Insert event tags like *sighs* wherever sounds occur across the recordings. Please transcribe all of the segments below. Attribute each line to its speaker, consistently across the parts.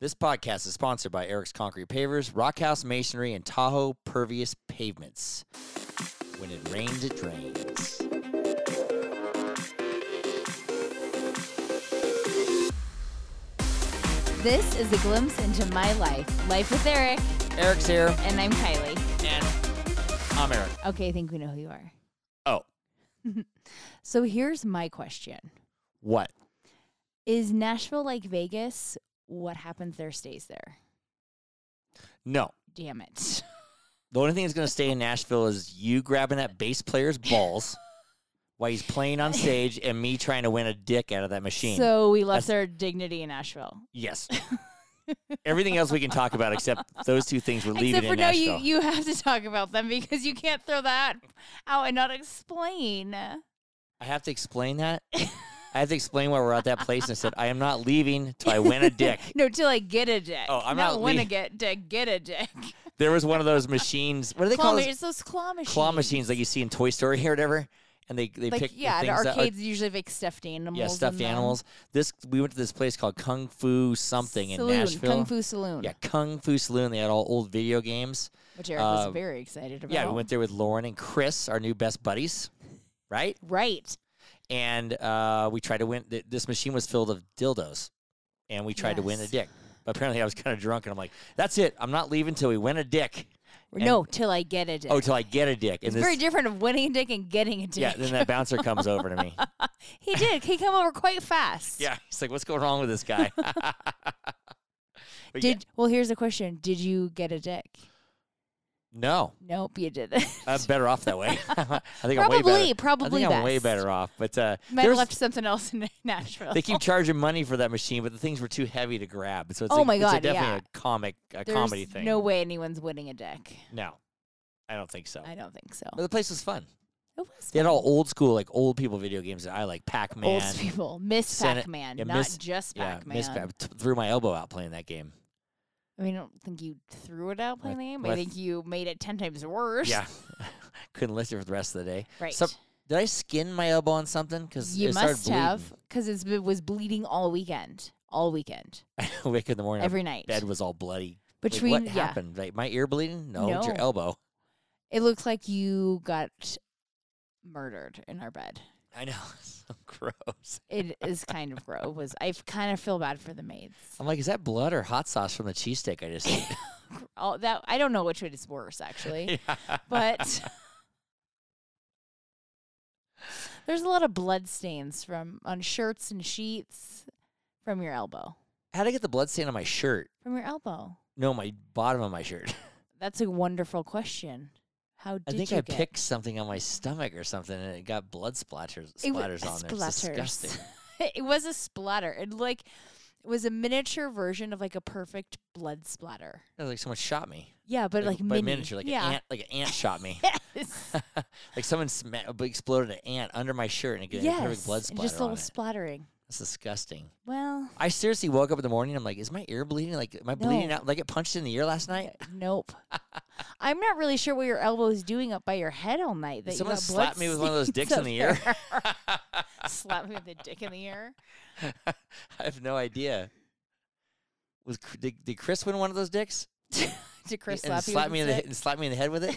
Speaker 1: This podcast is sponsored by Eric's Concrete Pavers, Rockhouse Masonry, and Tahoe Pervious Pavements. When it rains, it drains.
Speaker 2: This is a glimpse into my life. Life with Eric,
Speaker 1: Eric's here,
Speaker 2: and I'm Kylie.
Speaker 1: and I'm Eric.
Speaker 2: Okay, I think we know who you are.
Speaker 1: Oh,
Speaker 2: So here's my question
Speaker 1: what?
Speaker 2: Is Nashville like Vegas? What happens there stays there.
Speaker 1: No.
Speaker 2: Damn it.
Speaker 1: The only thing that's going to stay in Nashville is you grabbing that bass player's
Speaker 2: *laughs*
Speaker 1: balls while he's playing on stage and me trying to win a dick out of that machine.
Speaker 2: So we lost
Speaker 1: That's-
Speaker 2: our dignity in Nashville. *laughs*
Speaker 1: yes. Everything else we can talk about except those two things we're leaving
Speaker 2: Except for
Speaker 1: in
Speaker 2: no,
Speaker 1: Nashville.
Speaker 2: you, you have to talk about them because you can't throw that out and not explain.
Speaker 1: I have to explain that. I have to explain why we're at that place and I said, I am not leaving till I win a dick.
Speaker 2: *laughs* No, to like get a dick.
Speaker 1: Oh, I'm
Speaker 2: not
Speaker 1: not
Speaker 2: win a
Speaker 1: leave-
Speaker 2: get dick, get a dick.
Speaker 1: There was one of those machines. What do they
Speaker 2: Claw
Speaker 1: call
Speaker 2: ma-
Speaker 1: those?
Speaker 2: it's those claw machines.
Speaker 1: Claw machines like you see in Toy Story or whatever. And they, they
Speaker 2: like
Speaker 1: pick the
Speaker 2: yeah, the
Speaker 1: things that are-
Speaker 2: arcades usually have like stuffed animals.
Speaker 1: yeah,
Speaker 2: in
Speaker 1: stuffed
Speaker 2: them.
Speaker 1: animals. This we went to this place called Kung Fu something
Speaker 2: Saloon,
Speaker 1: in Nashville.
Speaker 2: Kung Fu Saloon.
Speaker 1: Yeah, Kung Fu Saloon. They had all old video games.
Speaker 2: which Eric was
Speaker 1: Uh,
Speaker 2: very excited about.
Speaker 1: Yeah, we went there with Lauren and Chris, our new best buddies, right?
Speaker 2: right.
Speaker 1: And uh, we tried to win. Th- this machine was filled of dildos, and we tried to win a
Speaker 2: Yes.
Speaker 1: dick. But apparently, I was kind of drunk, and I'm like, "That's it. I'm not leaving till we win a dick. And-
Speaker 2: no, till I get a dick.
Speaker 1: Oh, till I get a dick." And
Speaker 2: it's
Speaker 1: this,
Speaker 2: very different of winning a dick and getting a dick.
Speaker 1: yeah. Then that bouncer comes over to
Speaker 2: *laughs*
Speaker 1: me.
Speaker 2: he did. He came over quite
Speaker 1: *laughs*
Speaker 2: fast.
Speaker 1: Yeah, he's like, "What's going wrong with this
Speaker 2: *laughs*
Speaker 1: guy?" But yeah,
Speaker 2: Did well? Here's the question: Did you get a dick?
Speaker 1: no?
Speaker 2: Nope, you didn't.
Speaker 1: I'm
Speaker 2: *laughs*
Speaker 1: better off that way. *laughs* I think I'm way better.
Speaker 2: probably,
Speaker 1: I
Speaker 2: probably
Speaker 1: think I'm way
Speaker 2: best.
Speaker 1: better off. But uh,
Speaker 2: Might
Speaker 1: there's-
Speaker 2: have left something else in *laughs* Nashville.
Speaker 1: they keep charging money for that machine, but the things were too heavy to grab. So it's
Speaker 2: Oh
Speaker 1: a-
Speaker 2: my
Speaker 1: it's a
Speaker 2: God,
Speaker 1: definitely
Speaker 2: yeah.
Speaker 1: a comic, a
Speaker 2: There's
Speaker 1: comedy thing.
Speaker 2: No way anyone's winning a dick.
Speaker 1: no, I don't think so.
Speaker 2: I don't think so.
Speaker 1: But the place was fun.
Speaker 2: It was
Speaker 1: They had
Speaker 2: fun.
Speaker 1: all old school, like old people video games that I like, Pac Man.
Speaker 2: old people. Miss
Speaker 1: Senate-
Speaker 2: Pac Man,
Speaker 1: yeah,
Speaker 2: not
Speaker 1: Miss-
Speaker 2: just *laughs*
Speaker 1: Yeah,
Speaker 2: Pac Man.
Speaker 1: Miss Pac- t- threw my elbow out playing that
Speaker 2: *laughs*
Speaker 1: game.
Speaker 2: I mean, I don't think you threw it out playing the game. I
Speaker 1: my-
Speaker 2: think you made it ten times worse.
Speaker 1: Yeah, *laughs* couldn't lift it for the rest of the day.
Speaker 2: Right.
Speaker 1: Some- Did I skin my elbow on something? Because
Speaker 2: you
Speaker 1: it started
Speaker 2: must have because it was bleeding all weekend, all weekend,
Speaker 1: *laughs* bleeding. Wake in the morning,
Speaker 2: every night.
Speaker 1: bed was all bloody. Like,
Speaker 2: Between
Speaker 1: what
Speaker 2: yeah,
Speaker 1: happened? Like my ear bleeding? No, it's your
Speaker 2: No.
Speaker 1: elbow.
Speaker 2: it looks like you got murdered in our bed.
Speaker 1: I know, *laughs* so gross.
Speaker 2: It is kind of gross. It Was I f- kind of feel bad for
Speaker 1: *laughs*
Speaker 2: the maids? *laughs*
Speaker 1: I'm like, is that blood or hot sauce from the cheesesteak I just ate?
Speaker 2: All that I don't know which one is
Speaker 1: *laughs*
Speaker 2: worse *laughs* actually,
Speaker 1: Yeah. *laughs*
Speaker 2: but. There's a lot of blood stains from on shirts and sheets from your elbow.
Speaker 1: How'd I get the blood stain on my shirt?
Speaker 2: From your elbow.
Speaker 1: No, my bottom of my shirt.
Speaker 2: That's a wonderful question. How did
Speaker 1: I think
Speaker 2: you
Speaker 1: I
Speaker 2: get?
Speaker 1: picked something on my stomach or something, and it got blood splatters
Speaker 2: It wa-
Speaker 1: splatters on there. It's
Speaker 2: *laughs*
Speaker 1: disgusting.
Speaker 2: *laughs* it was a splatter. It like it was a miniature version of like a perfect blood splatter.
Speaker 1: It was like someone shot me.
Speaker 2: Yeah, but like,
Speaker 1: by
Speaker 2: mini.
Speaker 1: miniature, like
Speaker 2: yeah.
Speaker 1: an ant, like an ant shot me.
Speaker 2: *laughs*
Speaker 1: *laughs*
Speaker 2: Yes.
Speaker 1: like someone sma- exploded an ant under my shirt, and it got a perfect
Speaker 2: yes.
Speaker 1: blood
Speaker 2: and
Speaker 1: splatter
Speaker 2: just a little
Speaker 1: on it.
Speaker 2: splattering.
Speaker 1: That's disgusting. *laughs*
Speaker 2: Well,
Speaker 1: I seriously woke up in the morning. I'm like, is my ear bleeding? Like, am I bleeding
Speaker 2: No.
Speaker 1: out? Like, it punched in the ear last night. *laughs*
Speaker 2: nope. I'm not really sure what your elbow is doing up by your head all night. That
Speaker 1: Did
Speaker 2: you
Speaker 1: someone
Speaker 2: got blood
Speaker 1: slap me with one
Speaker 2: *laughs*
Speaker 1: of those
Speaker 2: stains
Speaker 1: dicks
Speaker 2: up
Speaker 1: in the ear? *laughs*
Speaker 2: there. slap me with a dick in the ear.
Speaker 1: I have no idea. Was Cr- did, did Chris win one of those dicks?
Speaker 2: Did Chris
Speaker 1: and
Speaker 2: slap you?
Speaker 1: slap
Speaker 2: with
Speaker 1: me
Speaker 2: his
Speaker 1: in the
Speaker 2: dick?
Speaker 1: he- and slap me in the head with it.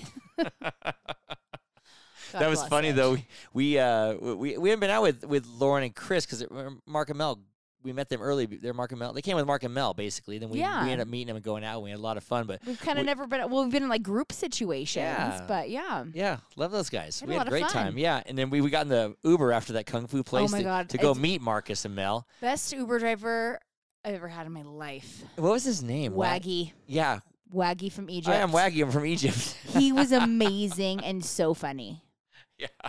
Speaker 2: God
Speaker 1: that was
Speaker 2: bless
Speaker 1: funny
Speaker 2: it.
Speaker 1: though. We uh we- we we haven't been out with with Lauren and Chris because Mark and Mel. We met them early. They're Mark and Mel. They came with Mark and Mel basically. Then we,
Speaker 2: Yeah.
Speaker 1: we ended up meeting them and going out. We had a lot of fun, but
Speaker 2: We've kind of
Speaker 1: We-
Speaker 2: never been. Well, we've been in like group situations,
Speaker 1: Yeah.
Speaker 2: but yeah.
Speaker 1: yeah, love those guys.
Speaker 2: Had a
Speaker 1: we
Speaker 2: lot
Speaker 1: had a
Speaker 2: of
Speaker 1: great
Speaker 2: fun. Oh
Speaker 1: time. Yeah, and then we, we got in the Uber after that kung fu place
Speaker 2: my
Speaker 1: to,
Speaker 2: God,
Speaker 1: to go
Speaker 2: it's-
Speaker 1: meet Marcus and Mel.
Speaker 2: Best Uber driver I've ever had in my life.
Speaker 1: What was his name? Wag-
Speaker 2: Waggy,
Speaker 1: Yeah,
Speaker 2: Waggy from Egypt.
Speaker 1: I am Waggy. I'm from Egypt.
Speaker 2: He was amazing and so funny.
Speaker 1: *laughs*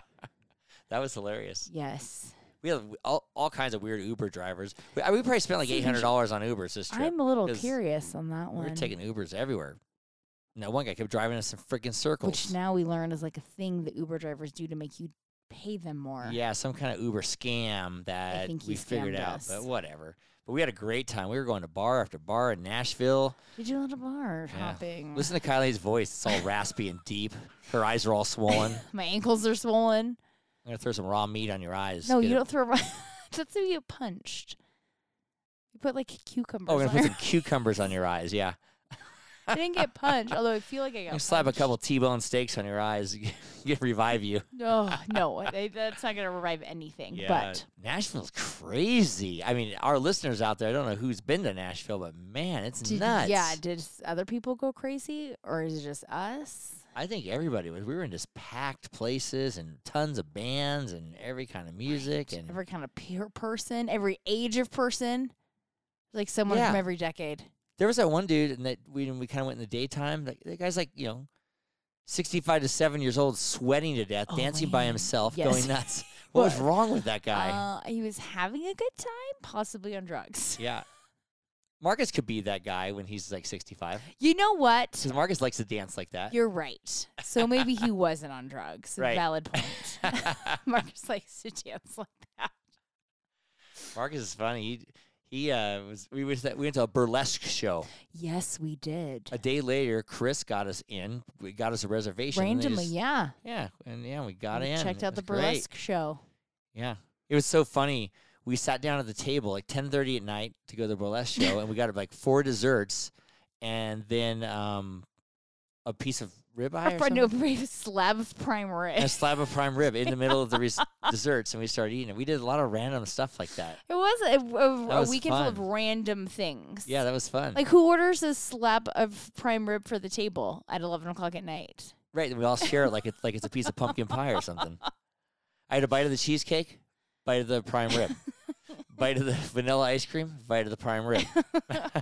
Speaker 1: that was hilarious.
Speaker 2: Yes,
Speaker 1: We had all, all kinds of weird Uber drivers. We, I- we probably spent like
Speaker 2: See, we
Speaker 1: eight hundred dollars on Ubers this trip.
Speaker 2: I'm a little
Speaker 1: 'cause
Speaker 2: curious on that
Speaker 1: we
Speaker 2: one.
Speaker 1: were taking Ubers everywhere. No one guy kept driving us in freaking circles.
Speaker 2: which now we learn is like a thing that Uber drivers do to make you pay them more.
Speaker 1: Yeah, some kind of Uber scam that
Speaker 2: think he
Speaker 1: we figured
Speaker 2: scammed
Speaker 1: out,
Speaker 2: us.
Speaker 1: but whatever. But we had a great time. We were going to bar after bar in Nashville.
Speaker 2: Did you want a bar
Speaker 1: Yeah.
Speaker 2: hopping?
Speaker 1: Listen to Kylie's voice. It's
Speaker 2: *laughs*
Speaker 1: all raspy and deep. Her eyes are all swollen. I'm
Speaker 2: My ankles are swollen.
Speaker 1: going to throw some raw meat on your eyes.
Speaker 2: No, *laughs*
Speaker 1: Get
Speaker 2: you
Speaker 1: a-
Speaker 2: don't throw. That's how you get punched. You put like cucumbers.
Speaker 1: Oh, we're
Speaker 2: on
Speaker 1: gonna put
Speaker 2: her.
Speaker 1: some cucumbers on your eyes.
Speaker 2: *laughs*
Speaker 1: Yeah,
Speaker 2: I didn't
Speaker 1: *laughs*
Speaker 2: get punched, although I feel like I
Speaker 1: You
Speaker 2: got.
Speaker 1: can slap a
Speaker 2: punched.
Speaker 1: couple T-bone steaks on your eyes. *laughs* Get revive you. *laughs*
Speaker 2: Oh no, I- that's not gonna revive anything. But
Speaker 1: Nashville's crazy. I mean, our listeners out there, I don't know who's been to Nashville, but man, it's
Speaker 2: did,
Speaker 1: nuts.
Speaker 2: yeah, did s- other people go crazy, or is it just us?
Speaker 1: I think everybody was. We were in just packed places and tons of bands and every kind of music and
Speaker 2: Every kind of peer person, every age of person, like someone from
Speaker 1: Yeah.
Speaker 2: every decade.
Speaker 1: there was that one dude and that we we kind of went in the daytime. Like the guy's like you know, sixty five to seven years old, sweating to death,
Speaker 2: Oh,
Speaker 1: dancing by
Speaker 2: man.
Speaker 1: himself,
Speaker 2: Yes.
Speaker 1: going
Speaker 2: *laughs*
Speaker 1: nuts. What was
Speaker 2: What?
Speaker 1: wrong with that guy?
Speaker 2: Uh, he was having a good time, possibly on drugs.
Speaker 1: yeah, Marcus could be that guy when he's like sixty five
Speaker 2: You know what?
Speaker 1: because Marcus likes to dance like that.
Speaker 2: You're right. So maybe he wasn't on drugs.
Speaker 1: *laughs* Right.
Speaker 2: Valid
Speaker 1: *laughs*
Speaker 2: point. *laughs* Marcus likes to dance like that.
Speaker 1: *laughs* Marcus is funny. He he uh, was we was that we went to a burlesque show.
Speaker 2: Yes, we did.
Speaker 1: A day later, Chris got us in. We got us a reservation and they
Speaker 2: Randomly,
Speaker 1: just-
Speaker 2: yeah.
Speaker 1: yeah, and yeah, we got
Speaker 2: we
Speaker 1: in.
Speaker 2: checked
Speaker 1: It
Speaker 2: out the
Speaker 1: was great.
Speaker 2: burlesque show.
Speaker 1: Yeah, it was so funny. We sat down at the table like ten thirty at night to go to the burlesque
Speaker 2: *laughs*
Speaker 1: show, and we got like four desserts, and then um, a piece of ribeye or
Speaker 2: Our friend
Speaker 1: something.
Speaker 2: opened a slab of prime
Speaker 1: and a
Speaker 2: rib.
Speaker 1: slab of prime rib in the middle of the
Speaker 2: *laughs*
Speaker 1: res- desserts, and we started eating it. We did a lot of random stuff like that.
Speaker 2: It was a, a-
Speaker 1: That
Speaker 2: a
Speaker 1: was
Speaker 2: weekend full
Speaker 1: fun.
Speaker 2: of random things.
Speaker 1: Yeah, that was fun.
Speaker 2: Like who orders a slab of prime rib for the table at eleven o'clock at night?
Speaker 1: Right, and we all share it like it's like it's a piece of pumpkin pie or something. I had a bite of the cheesecake, bite of the prime
Speaker 2: *laughs*
Speaker 1: rib, bite of the vanilla ice cream, bite of the prime rib.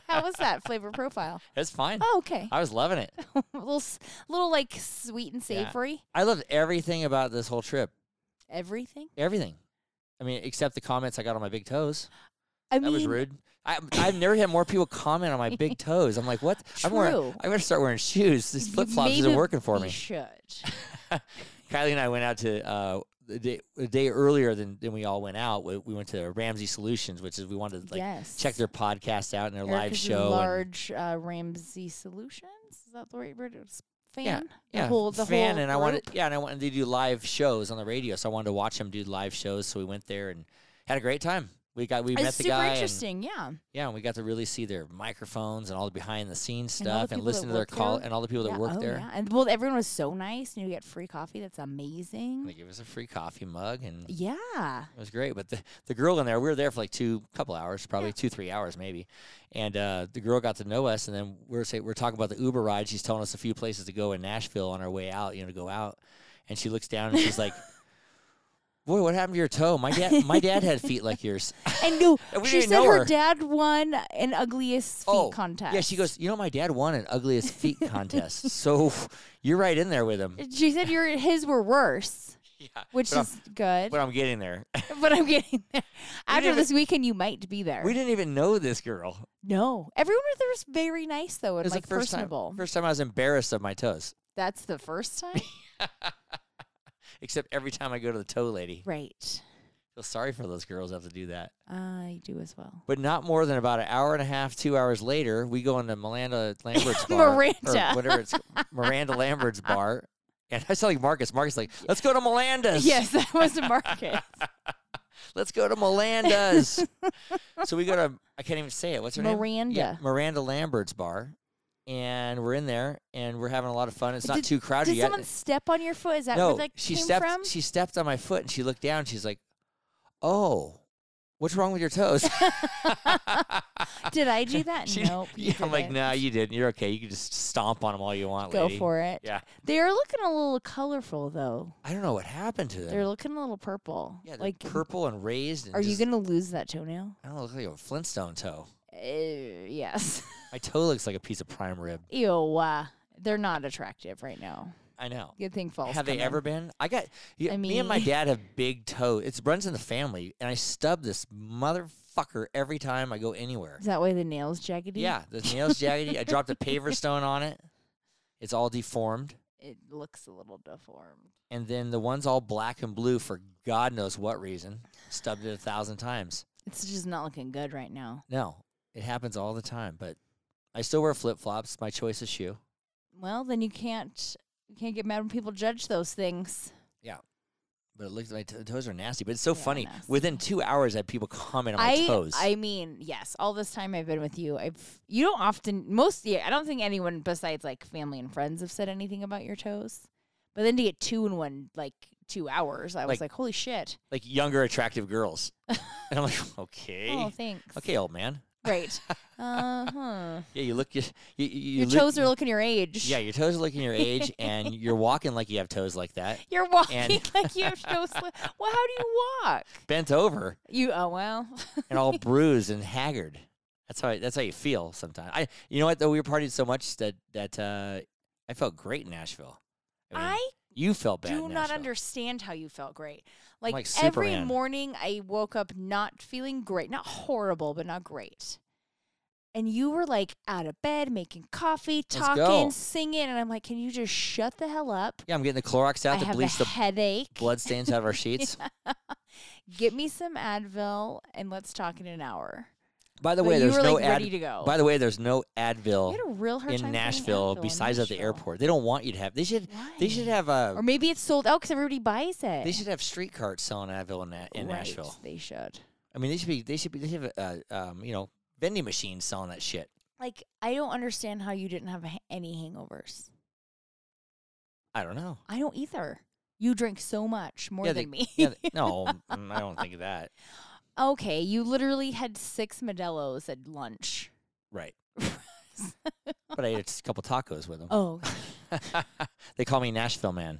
Speaker 2: How was
Speaker 1: *laughs*
Speaker 2: that flavor profile?
Speaker 1: That's fine.
Speaker 2: Oh, okay.
Speaker 1: I was loving it.
Speaker 2: a little, s- little like sweet and
Speaker 1: Yeah.
Speaker 2: savory.
Speaker 1: I loved everything about this whole trip.
Speaker 2: Everything.
Speaker 1: Everything. I mean, except the comments I got on my big toes.
Speaker 2: I
Speaker 1: That
Speaker 2: mean,
Speaker 1: was rude. I, I've never had more people comment on my
Speaker 2: *laughs*
Speaker 1: big toes. I'm like, what? I'm, wearing,
Speaker 2: True.
Speaker 1: I'm gonna start wearing shoes. This
Speaker 2: y-
Speaker 1: flip flops
Speaker 2: maybe
Speaker 1: isn't working for
Speaker 2: we *laughs*
Speaker 1: me.
Speaker 2: Should
Speaker 1: Kylie and I went out to uh, the day, the day earlier than, than we all went out. We, we went to Ramsey Solutions, which is we wanted to *laughs* like
Speaker 2: yes.
Speaker 1: check their podcast out and their live
Speaker 2: Erica's a
Speaker 1: show. and-
Speaker 2: Large uh, Ramsey Solutions. Is that the right word? It's Fan. The
Speaker 1: yeah,
Speaker 2: whole- the
Speaker 1: fan,
Speaker 2: whole
Speaker 1: and I wanted
Speaker 2: group?
Speaker 1: yeah, and I wanted to do live shows on the radio, so I wanted to watch them do live shows. So we went there and had a great time. We got we met
Speaker 2: It's
Speaker 1: the
Speaker 2: super
Speaker 1: guy, and,
Speaker 2: interesting. yeah.
Speaker 1: yeah, and we got to really see their microphones and all the behind the scenes
Speaker 2: And all the
Speaker 1: stuff, and,
Speaker 2: people that
Speaker 1: listen to their
Speaker 2: work
Speaker 1: call
Speaker 2: there.
Speaker 1: and all the people that
Speaker 2: yeah.
Speaker 1: work
Speaker 2: oh,
Speaker 1: there.
Speaker 2: Yeah. And well, everyone was so nice, and you get free coffee. That's amazing.
Speaker 1: They gave us a free coffee mug, and *laughs*
Speaker 2: yeah.
Speaker 1: It was great, but the, the girl in there, we were there for like two couple hours, probably
Speaker 2: Yeah.
Speaker 1: two three hours maybe, and uh, the girl got to know us, and then we're say, we're talking about the Uber ride. She's telling us a few places to go in Nashville on our way out, you know, to go out, and she looks down and she's
Speaker 2: *laughs*
Speaker 1: like, "Boy, what happened to your toe? My dad, my dad had feet like
Speaker 2: *laughs*
Speaker 1: yours."
Speaker 2: And no,
Speaker 1: And we
Speaker 2: she
Speaker 1: didn't
Speaker 2: said
Speaker 1: know
Speaker 2: her.
Speaker 1: her.
Speaker 2: dad won an ugliest feet
Speaker 1: Oh,
Speaker 2: contest.
Speaker 1: Yeah, she goes, "You know, my dad won an ugliest
Speaker 2: *laughs*
Speaker 1: feet contest, so *laughs* you're right in there with him."
Speaker 2: She said your his were worse,
Speaker 1: *laughs* Yeah,
Speaker 2: which
Speaker 1: but
Speaker 2: is good.
Speaker 1: I'm, but I'm getting there.
Speaker 2: *laughs* but I'm getting there. After
Speaker 1: didn't
Speaker 2: this weekend, you might be there.
Speaker 1: *laughs* we didn't even know this girl.
Speaker 2: no, everyone there was very nice though,
Speaker 1: It
Speaker 2: and
Speaker 1: was
Speaker 2: like
Speaker 1: the first
Speaker 2: personable.
Speaker 1: time. First time I was embarrassed of my toes.
Speaker 2: That's the first time,
Speaker 1: Except every time I go to the toe lady.
Speaker 2: right?
Speaker 1: feel sorry for those girls who have to do that.
Speaker 2: I do as well.
Speaker 1: But not more than about an hour and a half, two hours later, we go into Miranda
Speaker 2: *laughs*
Speaker 1: Lambert's bar.
Speaker 2: Miranda.
Speaker 1: Or whatever it's Miranda Lambert's bar. And I was telling Marcus, Marcus like, let's go to Melanda's.
Speaker 2: Yes, that was a
Speaker 1: *laughs*
Speaker 2: market.
Speaker 1: Let's go to Melanda's. so we go to I can't even say it. What's her name?
Speaker 2: Miranda.
Speaker 1: Miranda Lambert's bar. And we're in there and we're having a lot of fun. It's not
Speaker 2: Did-
Speaker 1: too crowded
Speaker 2: Did
Speaker 1: yet.
Speaker 2: someone step on your foot? Is that
Speaker 1: no,
Speaker 2: where that
Speaker 1: she
Speaker 2: came
Speaker 1: stepped *laughs*
Speaker 2: from?
Speaker 1: she stepped on my foot and she looked down, she's like, Oh, what's wrong with your
Speaker 2: *laughs*
Speaker 1: toes? *laughs*
Speaker 2: Did I do that?
Speaker 1: She-
Speaker 2: nope.
Speaker 1: Yeah,
Speaker 2: you
Speaker 1: I'm like,
Speaker 2: didn't.
Speaker 1: no, you didn't. You're okay. You can just stomp on them all you want,
Speaker 2: Go
Speaker 1: lady.
Speaker 2: for it.
Speaker 1: Yeah.
Speaker 2: They are looking a little colorful though.
Speaker 1: I don't know what happened to them.
Speaker 2: They're looking a little purple.
Speaker 1: yeah, they're
Speaker 2: like,
Speaker 1: purple and raised. And
Speaker 2: are
Speaker 1: just-
Speaker 2: you gonna lose that toenail?
Speaker 1: I don't look like a Flintstone toe.
Speaker 2: Uh, yes. *laughs*
Speaker 1: My toe looks like a piece of prime rib.
Speaker 2: Ew. Uh, they're not attractive right now.
Speaker 1: I know.
Speaker 2: Good thing falls.
Speaker 1: have they
Speaker 2: come in.
Speaker 1: ever been? I got. Yeah,
Speaker 2: I
Speaker 1: me and my
Speaker 2: mean-
Speaker 1: dad have big toe. It runs in the family, and I stub this motherfucker every time I go anywhere.
Speaker 2: Is that why the nails jaggedy?
Speaker 1: Yeah, the nails jaggedy. I dropped a
Speaker 2: *laughs*
Speaker 1: paver stone on it. It's all deformed.
Speaker 2: It looks a little deformed.
Speaker 1: And then the one's all black and blue for God knows what reason. Stubbed it a thousand times.
Speaker 2: It's just not looking good right now.
Speaker 1: No, it happens all the time. But I still wear flip flops. My choice of shoe.
Speaker 2: Well, then you can't you can't get mad when people judge those things.
Speaker 1: But it looks like my t- toes are nasty. But it's so
Speaker 2: They are
Speaker 1: funny.
Speaker 2: nasty.
Speaker 1: Within two hours, I had people comment on my
Speaker 2: I
Speaker 1: toes.
Speaker 2: I mean, yes, all this time I've been with you, I've you don't often most yeah, I don't think anyone besides like family and friends have said anything about your toes. But then to get two in one like two hours, I was
Speaker 1: Like-
Speaker 2: like, Holy shit.
Speaker 1: like younger, attractive
Speaker 2: *laughs*
Speaker 1: girls. and I'm like, okay,
Speaker 2: Oh, thanks.
Speaker 1: okay, old man. *laughs*
Speaker 2: Great. uh huh.
Speaker 1: Yeah, you look. You, you, you
Speaker 2: Your
Speaker 1: look-
Speaker 2: toes are looking your age.
Speaker 1: Yeah, your toes are looking your age, and you're walking like you have toes like that,
Speaker 2: You're walking
Speaker 1: and-
Speaker 2: *laughs* like you have no sli- Well, how do you walk?
Speaker 1: bent over
Speaker 2: You oh well.
Speaker 1: and all bruised and haggard. That's how I, that's how you feel sometimes. I you know what though we partied so much that that uh, I felt great in Nashville. I, mean,
Speaker 2: I
Speaker 1: you felt bad.
Speaker 2: do
Speaker 1: in
Speaker 2: not
Speaker 1: Nashville.
Speaker 2: understand how you felt great. Like,
Speaker 1: like
Speaker 2: every
Speaker 1: Superman.
Speaker 2: morning I woke up not feeling great, not horrible, but not great. And you were like out of bed, making coffee,
Speaker 1: go.
Speaker 2: talking, singing, and I'm like, "Can you just shut the hell up?
Speaker 1: Yeah, I'm getting the Clorox
Speaker 2: I
Speaker 1: out to
Speaker 2: have a
Speaker 1: bleach the
Speaker 2: headache.
Speaker 1: blood stains out of our
Speaker 2: *laughs*
Speaker 1: sheets.
Speaker 2: Get me some Advil, and let's talk in an hour."
Speaker 1: By the
Speaker 2: But
Speaker 1: way,
Speaker 2: you
Speaker 1: there's
Speaker 2: were,
Speaker 1: no
Speaker 2: like,
Speaker 1: Ad-
Speaker 2: ready to go.
Speaker 1: By the way, there's no
Speaker 2: You
Speaker 1: Advil
Speaker 2: had a real hard time
Speaker 1: in
Speaker 2: finding
Speaker 1: Nashville
Speaker 2: Advil in
Speaker 1: besides at the
Speaker 2: Nashville.
Speaker 1: airport. They don't want you to have. They should. They should
Speaker 2: Why?
Speaker 1: have a.
Speaker 2: or maybe it's sold out because everybody buys it.
Speaker 1: They should have street carts selling Advil in, Na- in
Speaker 2: Right,
Speaker 1: Nashville.
Speaker 2: They should.
Speaker 1: I mean, they should be. They should be. They should have a, uh, um, you know, vending machines selling that shit.
Speaker 2: Like, I don't understand how you didn't have ha- any hangovers.
Speaker 1: I don't know.
Speaker 2: I don't either. You drink so much more
Speaker 1: Yeah,
Speaker 2: than
Speaker 1: they-
Speaker 2: me.
Speaker 1: Yeah,
Speaker 2: *laughs*
Speaker 1: th- no, mm, I don't think of that.
Speaker 2: okay, you literally had six Modelo's at lunch. *laughs*
Speaker 1: Right. But I ate a couple tacos with them.
Speaker 2: oh, *laughs*
Speaker 1: *laughs* they call me Nashville man.